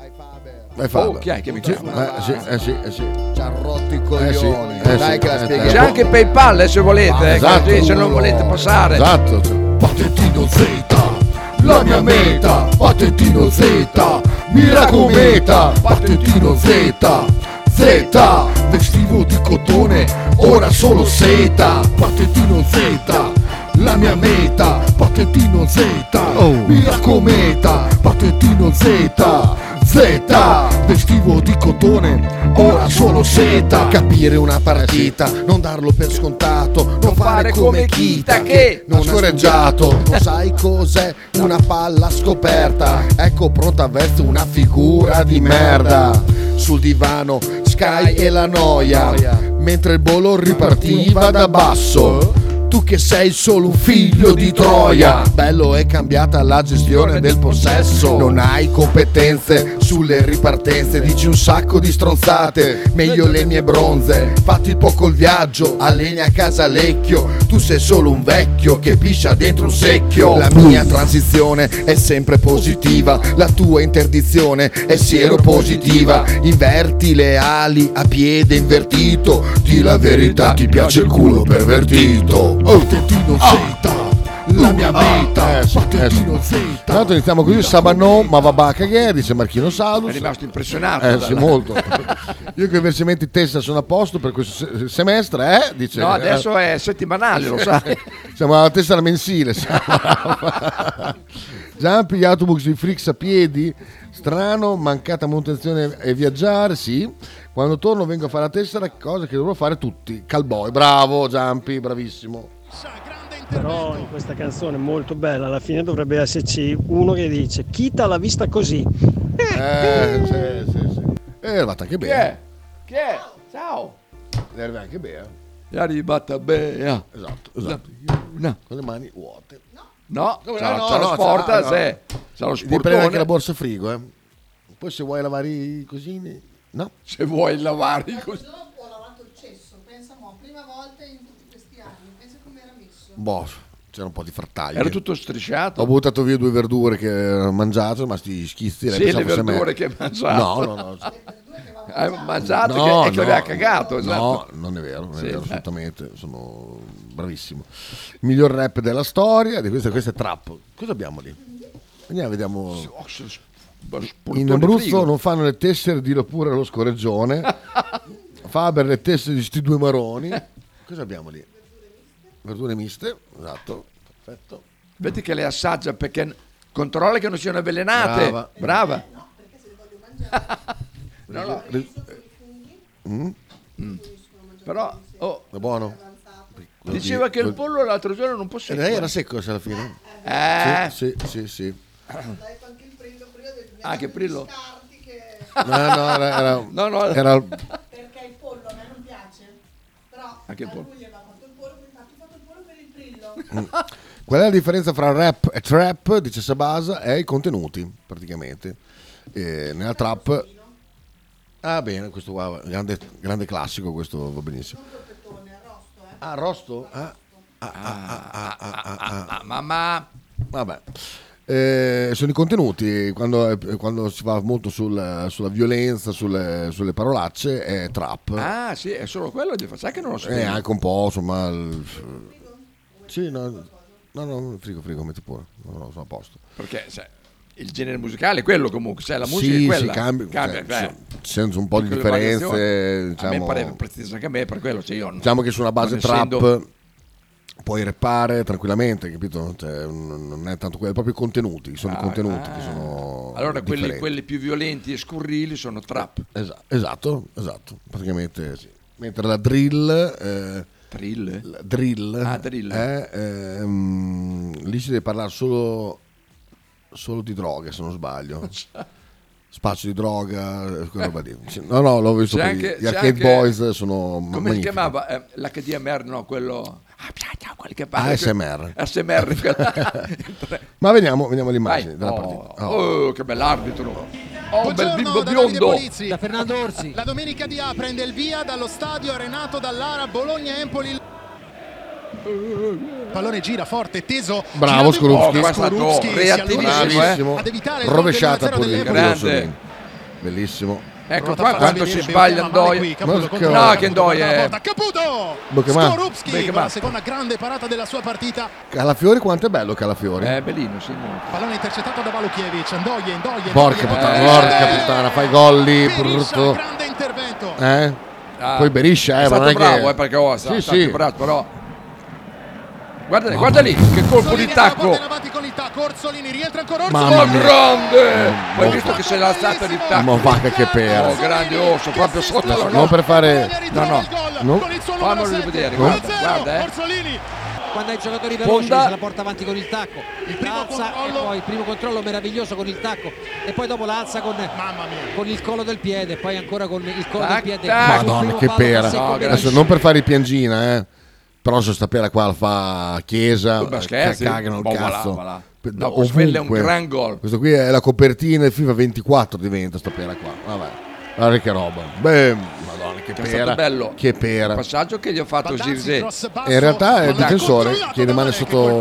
Vai farla. Oh, chi è che mi chiama? Eh sì, eh sì, eh sì. Eh, Rotti i coglioni. Dai che la spieghiamo. C'è anche PayPal eh, se volete, eh, eh, Esatto. così, se non volete passare. Esatto. Patentino Z, la mia meta, patentino Z, mira cometa, patentino Z, Z, vestivo di cotone, ora solo seta, patentino Z, la mia meta, patentino Z, mira cometa, patentino Z, Z, vestivo di cotone, ora solo seta, capire una partita, non darlo per scontato, non fare come Kita che non ha scoreggiato, non sai cos'è una palla scoperta, ecco pronta verso una figura di merda, sul divano Sky e la noia, mentre il bolo ripartiva da basso. Tu che sei solo un figlio di Troia Bello è cambiata la gestione del possesso Non hai competenze sulle ripartenze Dici un sacco di stronzate Meglio le mie bronze Fatti poco il viaggio Alleni a casa Lecchio Tu sei solo un vecchio Che piscia dentro un secchio La mia transizione è sempre positiva La tua interdizione è sieropositiva Inverti le ali a piede invertito Di la verità ti piace il culo pervertito Oh, tettino Ah. Z La mia eh, vita Tettino Z Tra l'altro iniziamo così Sabanò, ma va bacca che è, dice Marchino Salus. È rimasto impressionato. Eh dalla- sì, (laughs) molto. Io che i versamenti in testa sono a posto per questo se- semestre, eh? Dice, No, adesso eh. è settimanale, lo sai. (laughs) Siamo alla testa alla mensile. siamo. Giampi, gli autobus di Frix a piedi. Strano, mancata manutenzione e viaggiare, sì. Quando torno vengo a fare la tessera, cosa che dovrò fare tutti. Cowboy, bravo Giampi, bravissimo. Però in questa canzone molto bella, alla fine dovrebbe esserci uno che dice Chita l'ha vista così. Eh, sì, sì, Eh, sì. È arrivata anche Chi è? bene. Chi è? Ciao. È arrivata anche bene. È arrivata Bea. Esatto, esatto. Con le mani vuote. No, Come c'ha, no, c'ha no, lo c'ha- sporta, no, no. se- c'ha lo Devi prendere anche la sportone. borsa frigo, eh. Poi se vuoi lavare i cosini. No. Se vuoi lavare i cosini. Dopo ho lavato il cesso, pensa mo, prima volta in tutti questi anni, pensa come era messo. Boh, c'era un po' di frattaglia. Era tutto strisciato. Ho buttato via due verdure che ho mangiato, ma sti schizzi. Sì, pensavo le fosse me. verdure che hai mangiato. No, no, no. (laughs) Hai mangiato No, che, e che no. aveva cagato. Esatto. No, non è vero, non Sì, è vero eh. assolutamente. Sono bravissimo. Miglior rap della storia. Di questa, questa è trap. Cosa abbiamo lì? Andiamo, vediamo. In Abruzzo non fanno le tessere, dillo pure allo (laughs) scorreggione. Faber le tessere di sti due maroni. Ah, Cosa abbiamo lì? Verdure miste, esatto. Perfetto. Vedi che le assaggia perché controlla che non siano avvelenate. Brava. Brava. (laughs) No, no. Mm? Però oh, È buono? diceva che il pollo l'altro giorno non Eh, possiede. dai, era secco se alla fine. Eh. Sì, sì, sì. sì. Anche Ah, Prillo. No, no, era, era, (laughs) No, no. era- Perché il pollo a me non piace, però Anche il a pollo. lui gli aveva fatto il pollo, quindi infatti ho fatto il pollo per il brillo. Mm. Qual è la differenza tra rap e trap, dice Sabasa, è i contenuti, praticamente. Eh, nella trap... Ah, bene, questo qua, grande, grande classico, questo va benissimo. Ah, rosto? Ah, ah, ah, ah, ah, ah, ah. mamma. Vabbè. Eh, sono i contenuti, quando, quando si va molto sul- sulla violenza, sulle, sulle parolacce, è trap. Ah, sì, è solo quello. di- Sai che non lo so. Eh, anche un po', insomma. il- Sì, no, no, no, frigo, frigo, metti pure. No, no, sono a posto. Perché sai, il genere musicale è quello comunque. sai, la musica sì, è quella. sì, cambia, Cambia, cioè, beh, sì, senza un po' di piccole differenze. variazioni. A Diciamo, me pareva prezioso anche a me, per quello. Cioè io non- diciamo che su una base non trap essendo- puoi repare tranquillamente, capito? Cioè, n- non è tanto quello, è proprio i contenuti, sono i Ah, contenuti ah. che sono Allora, quelli, differenti. quelli più violenti e scurrili sono trap. Esa- Esatto, esatto, praticamente sì. Mentre la drill... eh, la drill, Ah, è, ehm, lì si deve parlare solo, solo di droga, se non (laughs) sbaglio. Cioè. Spazio di droga, quella roba lì. Sì, No, no, l'ho visto C'è per anche- gli c'è Arcade anche- Boys, sono Come si magnifici. chiamava? Eh, L'HDMR, no, quello... Ah, bla, bla, qualche parte. ASMR. (laughs) ASMR. quella- Ma vediamo, vediamo l'immagine Vai. della Oh, partita. Oh. oh, che bell'arbitro. Oh, un bel Buongiorno bimbo da Davide biondo. Polizzi. Da Fernando Orsi. La domenica di A prende il via dallo stadio Renato Dallara, Bologna Empoli. Pallone gira forte, teso. girando Bravo in- Skorupski, Oh, eh. Skorupski si allontana. bravissimo. Ad evitare il gol eh. Rovesciata dell'1-0 pure dell'Empoli. grande. Bellissimo. Ecco Provata qua a far quanto vedere si il sbaglia Eh, Benzema, male Ndoye. qui, Caputo No, contro- che Ndoye è... Caputo! Bokemà. Skorupski con Bokemà. la seconda grande parata della sua partita. Calafiori quanto è bello Calafiori. È Eh, bellino, sì. Pallone intercettato da Valukiewicz. Ndoye, Ndoye. Porca Ndoye, puttana, Ndoye. porca Eh. puttana, fai gol lì, brutto. Eh? Ah, Poi Beriscia, eh, è ma stato non è bravo, che... eh, perché ho stato Sì, sì. bravo, però... Guarda, guarda lì, che colpo di tacco! Mamma Ma mia. grande! Hai visto che se l'ha alzata di tacco? Ma vacca che pera. Oh, grande osso, proprio sotto la No, per fare... No, no, No. fammelo rivedere, guarda, guarda, eh. Quando ai giocatori veloci Fonda. se la porta avanti con il tacco, alza e poi il primo controllo meraviglioso con il tacco e poi dopo la alza con, con il collo del piede, poi ancora con il collo del piede. sul Madonna, primo che palo pera. da secco per Adesso Beriscia. non per fare i piangina, eh. Però se sta pera qua la fa Chiesa, Ma eh, scherzi? cagano il Oh, va là, cazzo. va là. Per- No, da- Cosmella è un ovunque. gran gol. Questo qui è la copertina del FIFA 24 diventa sta pera qua. Vabbè. Guarda che roba. Beh, Cioè, madonna, che È stato pera. bello. Che pera. Il passaggio che gli ho fatto Ecco. Zirze. E in realtà è il difensore che rimane sotto,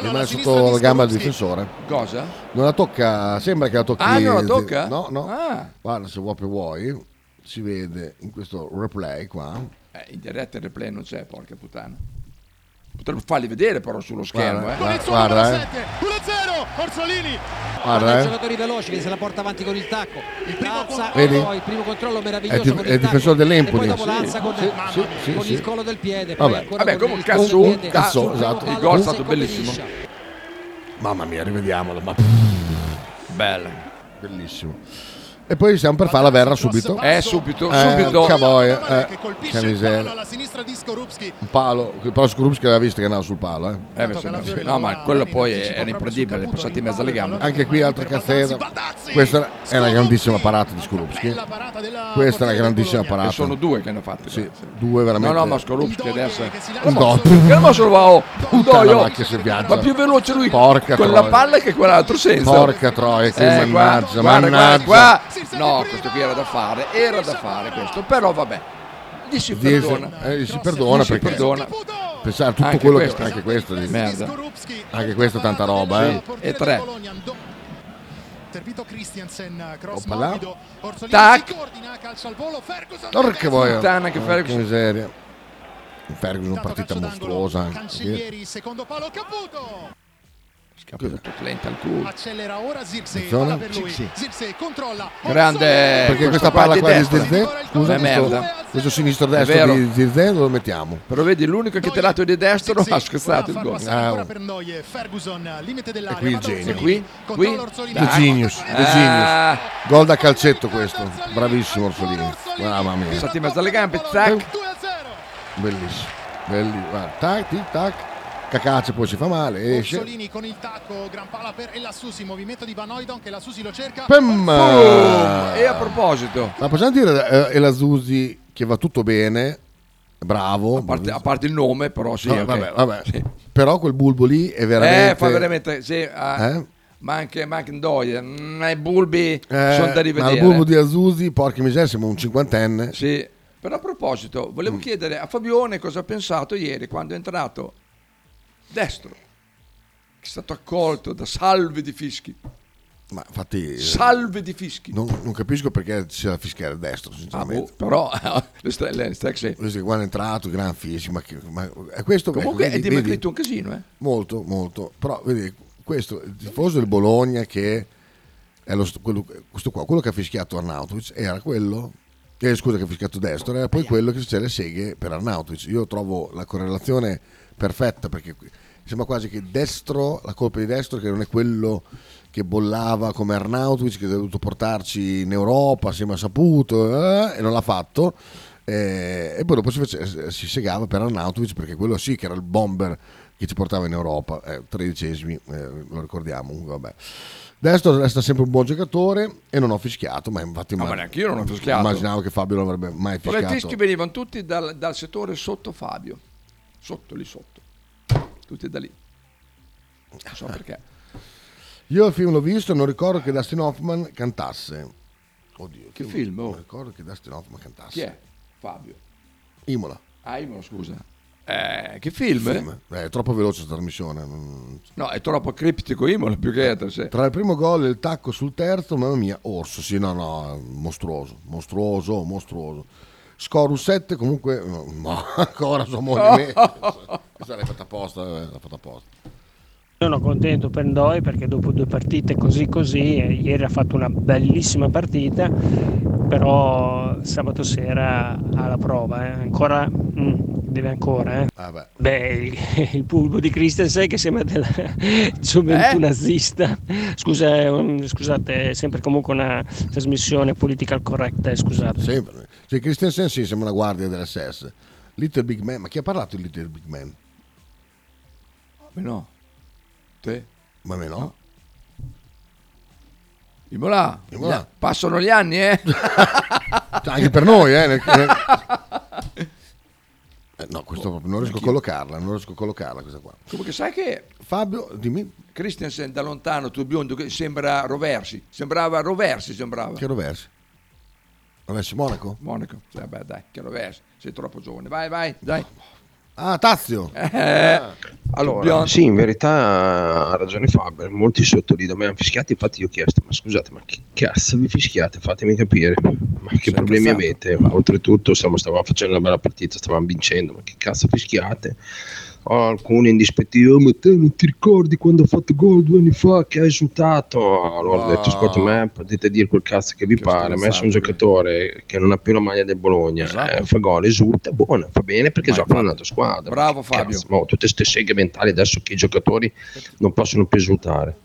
rimane sotto la gamba del difensore. Cosa? Non la tocca, sembra che la tocchi. Ah, non la tocca? No, no. Ah. Guarda, se vuoi più vuoi, si vede in questo replay qua. Eh, in diretta il replay non c'è, porca puttana. Potremmo farli vedere però sullo schermo, Guarda, eh. guarda, guarda, eh. Quando Guarda, ai eh. giocatori veloci che se la porta avanti con il tacco, alza e Vedi? poi il primo controllo È, meraviglioso dif- con è il il tacco. difensore dell'Empoli. E poi dopo la alza con, sì, sì, sì, con sì. il collo del piede. poi Vabbè, ancora Vabbè, con comunque il un cazzo, collo del piede. un cazzo, Cazzo, esatto. il Il gol è gol stato secco bellissimo. Mamma mia, rivediamolo. Ma... Bella. Bellissimo. E poi siamo per fare la verra subito. Eh, subito, Eh, subito. Cavoia, eh, che miseria. Un palo, però Skrupski l'aveva visto che andava sul palo. eh. Eh, beh, sembra- no, ma quello poi è- era imprendibile, è passato in mezzo alle gambe. Anche qui altra cazzera. Questa è una grandissima parata di Skorupski. Questa è una grandissima E parata. sono due che ne ha fatte. grazie. Due veramente. No, no, ma Skorupski adesso. Un Ma- do- Che non solo va, oh, un Puttana, doio. ma che si viaggia. Ma più veloce lui Porca con troia. la palla che quell'altro senso. Porca troia, che Eh, mannaggia, guarda, mannaggia. guarda, guarda. No, questo qui era da fare, era da fare questo, però vabbè. Gli si Dice- perdona. eh, si perdona Gli si perché- perdona. Pensare a tutto Anche quello questo. che anche questo di- Merda. Anche questo è tanta roba, eh. E tre. Servito Christiansen, cross Oppa là. morbido. Orsolini Tac. si coordina, calcia al volo, Ferguson. Porca boia. Puttana che Porca Ferguson. miseria. Ferguson una partita mostruosa. anche. Cancellieri, secondo palo Caputo. Tutto lenta al culo. Accelera ora Zirze, Attenzione. palla per lui. Zirkzee. Zirze controlla. Grande. Perché questo questa qua è palla di qua di destra. Zirze, scusa, È merda. questo- Questo sinistro È destro vero. di Zirze dove lo mettiamo? Però vedi, l'unico che te lato di destro ha scherzato il gol. Ah, oh. Per Noie, Ferguson, limite E dell'area. qui il vado genio. Orsolini. Qui, qui, Controllo Orsolini. The Genius, The Ah. Genius. Gol da calcetto questo. Bravissimo Orsolini. Mamma mia. Passati in mezzo alle gambe, tac. Bellissimo. Bellissimo. Guarda, tac, tic, tac. Cacace poi si fa male, esce. Orsolini con il tacco, gran pala per Elasusi, movimento di Van Hooydonk, Elasusi lo cerca. Pem! Boom! E a proposito, Ma possiamo dire eh, Elazuzzi che va tutto bene, bravo. a parte, a parte il nome, però sì. No, ok. vabbè, vabbè. Sì. Però quel bulbo lì è veramente... Eh, fa veramente. Sì, ah, Eh? Ma anche, ma anche Ndoye, mm, i bulbi Eh, sono da ma il rivedere. bulbo di Azusi, porca miseria, sembra un cinquantenne. Sì. Però a proposito, volevo Mm. chiedere a Fabione cosa ha pensato ieri quando è entrato destro, che è stato accolto da salve di fischi. Eh. Ma infatti... eh, Salve di fischi. Non, non capisco perché c'è la fischiera a destra, sinceramente. boh, però (laughs) le stre- le strecce- Questo qua è entrato, gran fischi, ma, che- ma è questo... Comunque ecco, è vedi- dimagrito un vedi? casino, eh. Molto, molto. Però vedi, questo, il tifoso del Bologna che è lo st- quello, questo qua, quello che ha fischiato Arnautovic era quello, eh, scusa che ha fischiato Destro, era poi quello che c'è le seghe per Arnautovic. Io trovo la correlazione perfetta perché qui- sembra quasi che Destro, la colpa di Destro che non è quello che bollava come Arnautovic che ha dovuto portarci in Europa, sembra saputo eh, e non l'ha fatto. Eh, e poi dopo si, face- si segava per Arnautovic perché quello sì che era il bomber che ci portava in Europa, eh, tredicesimi, eh, lo ricordiamo, comunque vabbè. Destro resta sempre un buon giocatore e non ho fischiato, ma infatti No, immag- Ah, ma neanche io non ho fischiato. immaginavo che Fabio non avrebbe mai Però i fischi fischiato. venivano tutti dal, dal settore sotto Fabio, sotto lì sotto, tutti da lì. Non so perché. Io il film l'ho visto e non ricordo che Dustin Hoffman cantasse. Oddio, Che io film, oh? Non ricordo che Dustin Hoffman cantasse. Chi è? Fabio. Eh, Imola. Ah, io me lo Ah, scusa. Eh, che film? Eh, è troppo veloce questa trasmissione. mm. No, è troppo criptico Imola più che altro. sì. Tra il primo gol e il tacco sul terzo, mamma mia, Orso, sì, no, no, mostruoso, mostruoso, mostruoso. Scorus 7 comunque, no, (laughs) ma ancora sua moglie. (laughs) me- Questa l'hai fatta apposta, eh, l'ha fatta apposta. Sono contento per Ndoi perché dopo due partite così così, eh, ieri ha fatto una bellissima partita, però sabato sera ha la prova, eh. ancora mm, deve ancora. eh. Ah, beh. il, il (laughs) pulpo di Christensen che sembra della (laughs) gioventù Eh? nazista. Scusa, eh, um, scusate, è sempre comunque una eh, trasmissione political correct, eh, scusate. Sempre. Cioè, Christensen sì, sembra una guardia dell'SS. Little Big Man, ma chi ha parlato di Little Big Man? Ma no. Te? Ma me no. Imola, Imola. passano gli anni, eh? (laughs) Anche per noi, eh. (laughs) nel- nel- Eh, no, questo proprio non riesco a collocarla, non riesco a collocarla questa qua. Comunque sai che Fabio, dimmi Christensen da lontano, tu biondo, che sembra Roversi. Sembrava Roversi, sembrava. che roversi. Roversi Monaco? Monaco. Cioè, beh, dai, che Roversi. Sei troppo giovane. Vai, vai, dai. Ah, Tazio. Eh, Allora, Bion- sì, in verità ha ragione Faber, molti sotto lì da me hanno fischiato, infatti io ho chiesto, ma scusate, ma che cazzo vi fischiate? Fatemi capire, ma che problemi avete? Ma oltretutto stiamo- stavamo facendo una bella partita, stavamo vincendo, ma che cazzo fischiate? Ho Ah, alcuni indispettiti, "Oh, ma te non ti ricordi quando ho fatto gol due anni fa che hai esultato? Allora ho detto, Ah. secondo me potete dire quel cazzo che vi pare, ma sono un giocatore che non ha più la maglia del Bologna, eh, fa gol, esulta, buona, fa bene perché gioca in un'altra squadra. Bravo, Ma che Fabio. cazzo, ma ho tutte queste seghe mentali adesso che i giocatori non possono più esultare.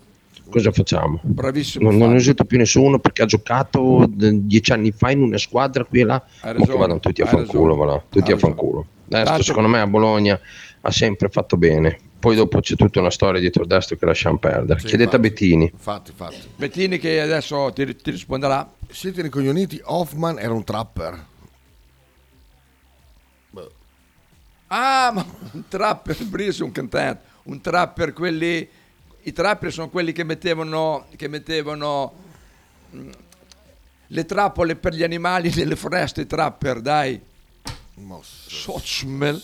Cosa facciamo? Bravissimo. Non, non Fabio. esulta più nessuno perché ha giocato d- dieci anni fa in una squadra qui e là. Hai Ma che ragione, vadano tutti a hai fanculo, ragione. va là, tutti Hai a fanculo. Adesso, Tanto- secondo me a Bologna ha sempre fatto bene. Poi dopo c'è tutta una storia dietro destro che lasciamo perdere. Sì, Chiedete a Bettini. Infatti, infatti. Bettini che adesso ti, ti risponderà. Siete ricoglioniti, Hoffman era un trapper. Ah, ma un trapper, Brice è un cantante. Un trapper, quelli... I trapper sono quelli che mettevano... Che mettevano mm, le trappole per gli animali nelle foreste, i trapper, dai. Sochmel.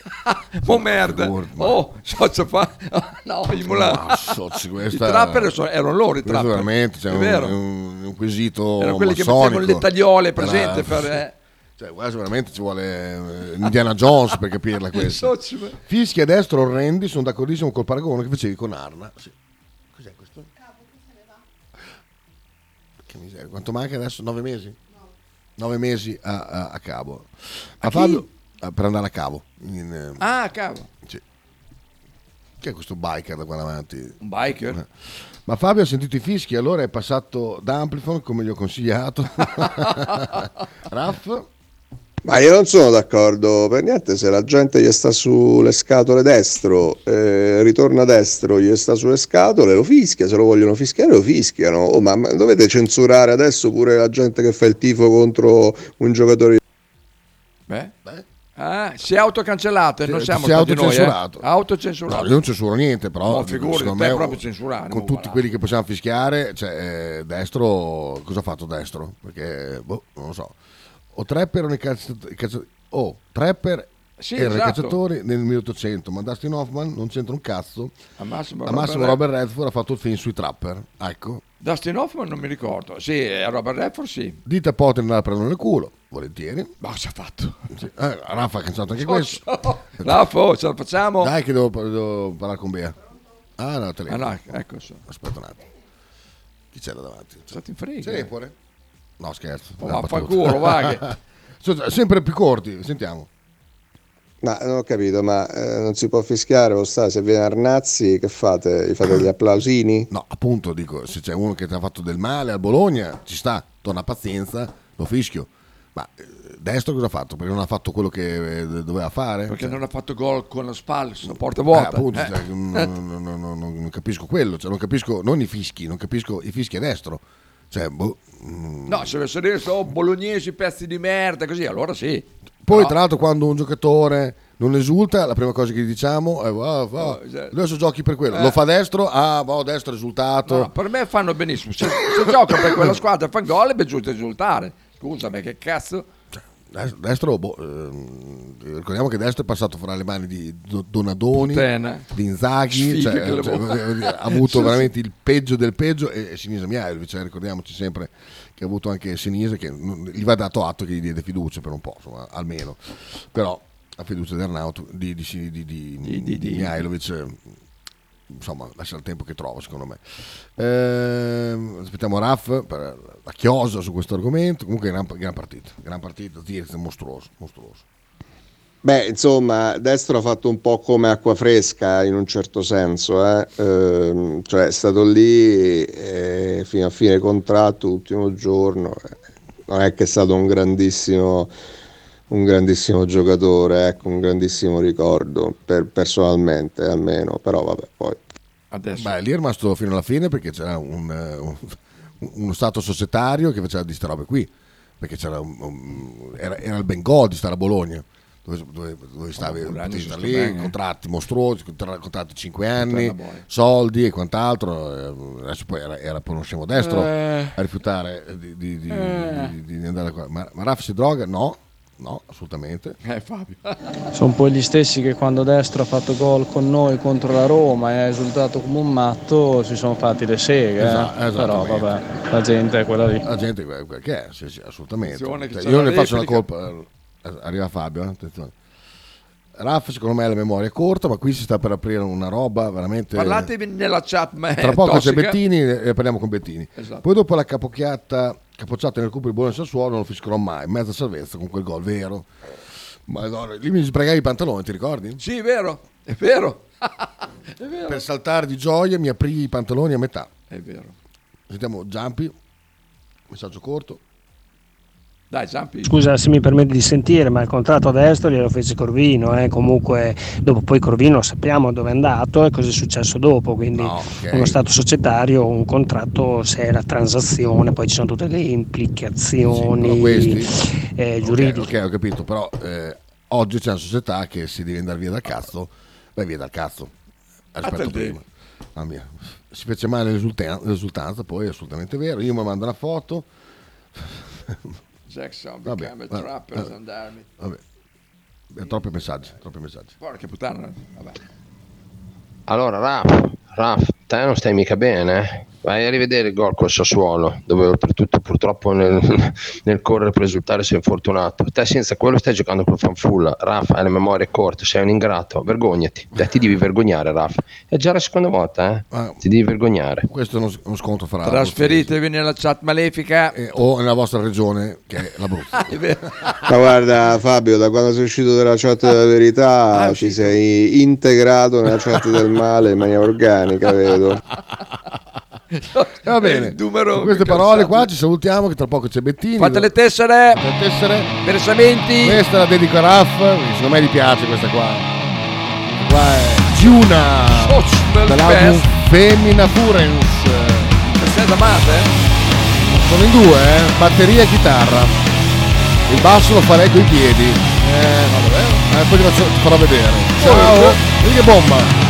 (laughs) oh merda. Oh, socio fa... (laughs) No, Imola. Ma, sozzi, questa- (laughs) I trapper sono- erano loro i questo trapper. veramente, cioè, È vero. Un, un- un quesito Erano quelli che massonico. mettevano le tagliole, Era- presente, per... eh. Cioè, guarda, veramente ci vuole eh, Indiana Jones per (laughs) capirla questa. Sochmel. Fischi a destra orrendi, sono d'accordissimo col paragone che facevi con Arna. Sì. Cos'è questo? Che miseria, quanto manca adesso? Nove mesi? Nove mesi a, a- a cavo. A Fabio- ah, per andare a cavo. in, eh, Ah, cavolo. sì. Che è questo biker da qua davanti? Un biker? Ma Fabio ha sentito i fischi, allora è passato da Amplifon come gli ho (laughs) consigliato. Raff? Ma io non sono d'accordo per niente, se la gente gli sta sulle scatole destro, eh, ritorna destro, gli sta sulle scatole, lo fischia, se lo vogliono fischiare lo fischiano. Oh, ma, ma dovete censurare adesso pure la gente che fa il tifo contro un giocatore di... Beh. Ah, si è autocancellato e non siamo si è stati noi, eh. autocensurato. No, Autocensurato. io non censuro niente, però No, figurati, secondo te me proprio censurare, con boh, tutti quelli che possiamo fischiare, cioè, eh, destro, cosa ha fatto destro? Perché, boh, non lo so. O Trapper erano i calciatori, oh, Trapper Sì, erano i esatto. calciatori nel 1800, ma Dustin Hoffman non c'entra un cazzo. A Massimo, A Massimo Robert- Robert Redford ha fatto il film sui Trapper, ecco. Dustin Hoffman non mi ricordo. Sì, eh, Robert Redford sì. Dita Potter andava a prendere nel culo, volentieri. Ma cosa ha fatto? Sì. Eh, Raffa ha cancellato anche questo. Raffo, oh, ce la facciamo. Dai che devo, devo parlare con Bea. Ah no, te Ah, no, ecco, so. Aspetta un attimo. Chi c'è là davanti? State in frega. C'è Lepore? No, scherzo. Oh, Era vaffanculo, battuta. va (laughs) Sono sempre più corti, sentiamo. Ma non ho capito, ma eh, non si può fischiare, o sta, se viene Arnazzi che fate? Gli fate gli applausini? No, appunto, dico, se c'è uno che ti ha fatto del male a Bologna, ci sta, torna pazienza, lo fischio. Ma eh, destro cosa ha fatto? Perché non ha fatto quello che eh, doveva fare? Perché Cioè, non ha fatto gol con la spalla, sono porta Eh, vuota. appunto, Eh. cioè, non, non- non- non- non capisco quello, cioè, non capisco non i fischi, non capisco i fischi a destro. Cioè, boh, mm. No, se avessero detto sono bolognesi, pezzi di merda, così, allora sì. Poi, tra l'altro, quando un giocatore non esulta, la prima cosa che gli diciamo è: "Ah, va, Oh, cioè- adesso giochi per quello. Eh. Lo fa destro, ah, va, destro risultato. No, no, per me fanno benissimo. Se, se gioca per quella squadra e fa gol, è giusto esultare. Scusami, che cazzo. Des- Destro, boh, ehm, ricordiamo che Destro è passato fra le mani di Do- Donadoni, Putena. di Inzaghi, Sfiga cioè, che la cioè, bo- voglio dire, ha avuto Sì, veramente il peggio del peggio e, e Sinisa Miailovic, cioè, ricordiamoci sempre che ha avuto anche Sinisa che non- gli va dato atto che gli diede fiducia per un po', insomma, almeno, però la fiducia di Arnauto, di, di, di, di- di Mihailovic, eh, insomma, lascia il tempo che trovo, secondo me. Ehm, aspettiamo Raff per la chiosa su questo argomento. Comunque, gran, gran partita, gran partita, Tirz mostruoso, mostruoso. Beh, insomma, Destro ha fatto un po' come acqua fresca in un certo senso, eh. Ehm, cioè è stato lì eh, fino a fine contratto, ultimo giorno, eh. non è che è stato un grandissimo, un grandissimo giocatore, ecco, un grandissimo ricordo, per- personalmente almeno, però vabbè, poi. Beh, lì è rimasto fino alla fine perché c'era un, eh, un- uno stato societario che faceva di queste robe qui. Perché c'era un- un- era, era il Bengodi, stare a Bologna. Dove, dove, dove stavi, Durante potevi sono stare stato lì, bene. contratti mostruosi, contra- contratti 5 Puttana anni, boia. soldi e quant'altro. eh, Adesso poi era, era poi uno scemo destro Eh. a rifiutare eh, di, di- di- Eh. di- di- di andare qua. Ma, ma Raff si droga? No, no, assolutamente. Eh, Fabio. Sono poi gli stessi che quando Destro ha fatto gol con noi contro la Roma e ha esultato come un matto, si sono fatti le seghe. eh. Esa- Però Esatto, esattamente. vabbè, la gente è quella lì. La gente è que- quella che è, sì, sì, assolutamente. Attenzione che Cioè, c'è io la ne faccio una replica. colpa. eh, Arriva Fabio, eh, attenzione. Raff, secondo me la memoria è corta, ma qui si sta per aprire una roba veramente. Parlatevi nella chat, ma è Tra poco c'è tossica. Bettini e e parliamo con Bettini. Esatto. Poi dopo la capocchiata capocciata nel cupo di Bologna Sassuolo non lo fischerò mai, mezza salvezza con quel gol, vero? Madonna, lì mi sbregavi i pantaloni, ti ricordi? Sì, vero, è vero. È vero. (laughs) Per saltare di gioia mi aprivi i pantaloni a metà. È vero. Sentiamo Giampi, messaggio corto. Dai, Giampi. Scusa se mi permette di sentire, ma il contratto a destra glielo fece Corvino, eh. comunque dopo poi Corvino sappiamo dove è andato e cosa è successo dopo, quindi uno stato societario, un contratto se è la transazione, poi ci sono tutte le implicazioni Sono questi. eh, Ok, giuridiche. ok, ho capito, però eh, oggi c'è una società che se devi andare via dal cazzo, vai via dal cazzo. Ah, Rispetto a Attenti. prima. Mamma mia. Si fece male l'esultan- l'esultanza, poi è assolutamente vero. Io mi mando una foto. Jackson, Vabbè, became a vabbè, trapper vabbè. gendarmi. Vabbè. Eh, Troppi messaggi, troppi messaggi. Porca puttana. Ah, Vabbè. Allora, Raf, Raf, te non stai mica bene. eh? Vai a rivedere il gol col Sassuolo, dove oltretutto purtroppo nel, (laughs) nel correre per risultare sei infortunato. Te senza quello stai giocando col fanfulla. Raf, hai le memorie corte, sei un ingrato, vergognati. Te ti devi vergognare, Raf. È già la seconda volta, eh? Ti devi vergognare. Questo è uno, s- uno scontro fra... Trasferitevi nella chat malefica. o nella vostra regione, che è l'Abruzzo. (laughs) è vero. Ma guarda Fabio, da quando sei uscito dalla chat della verità ci sei integrato nella chat del male in maniera organica, vedo. Eh, E va bene. Il numero Con queste che parole qua ci salutiamo, che tra poco c'è Bettini. Fate le tessere. Le tessere. Versamenti. Questa la dedico a Raff, perché secondo me gli piace questa qua. Questa Qua è Giuna. Social Dall'album Fest. Femina Furens. Questa è da Marte, Sono in due, eh? batteria e chitarra. Il basso lo farei coi piedi. Eh, vabbè. Eh, poi ti, faccio- ti farò vedere. Ciao! Vedi che bomba!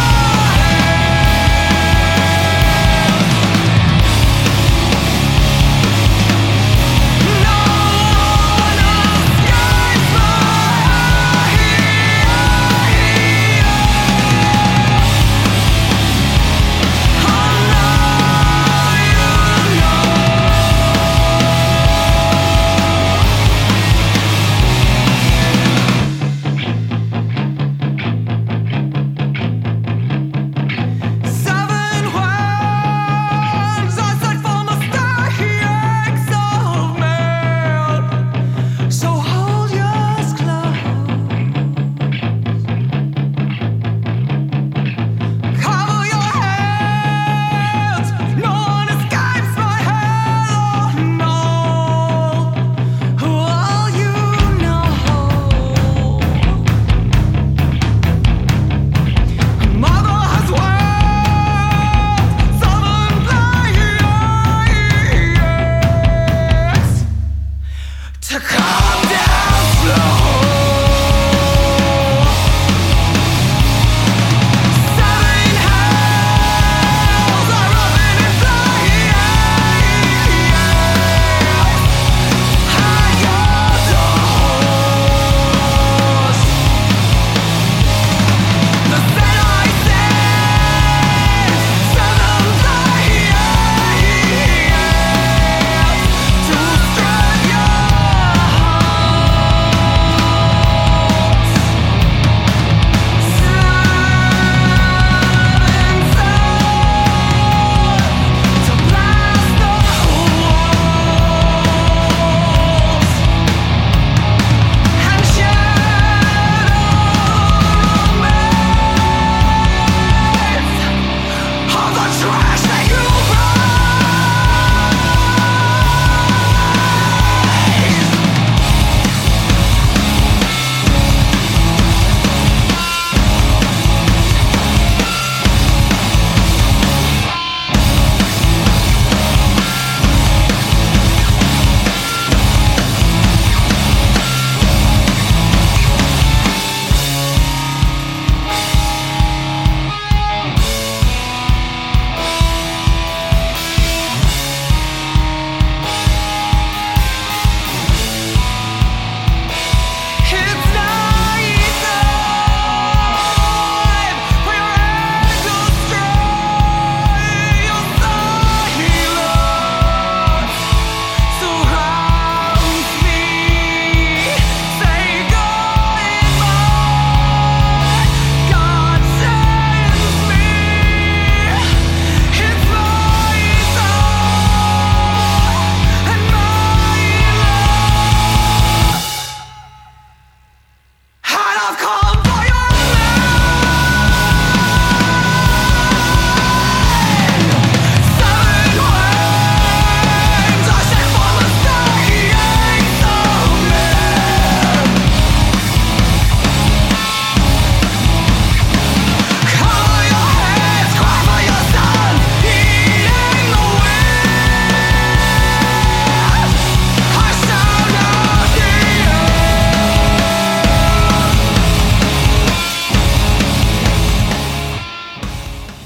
Thank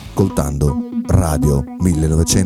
ascoltando Radio 1900.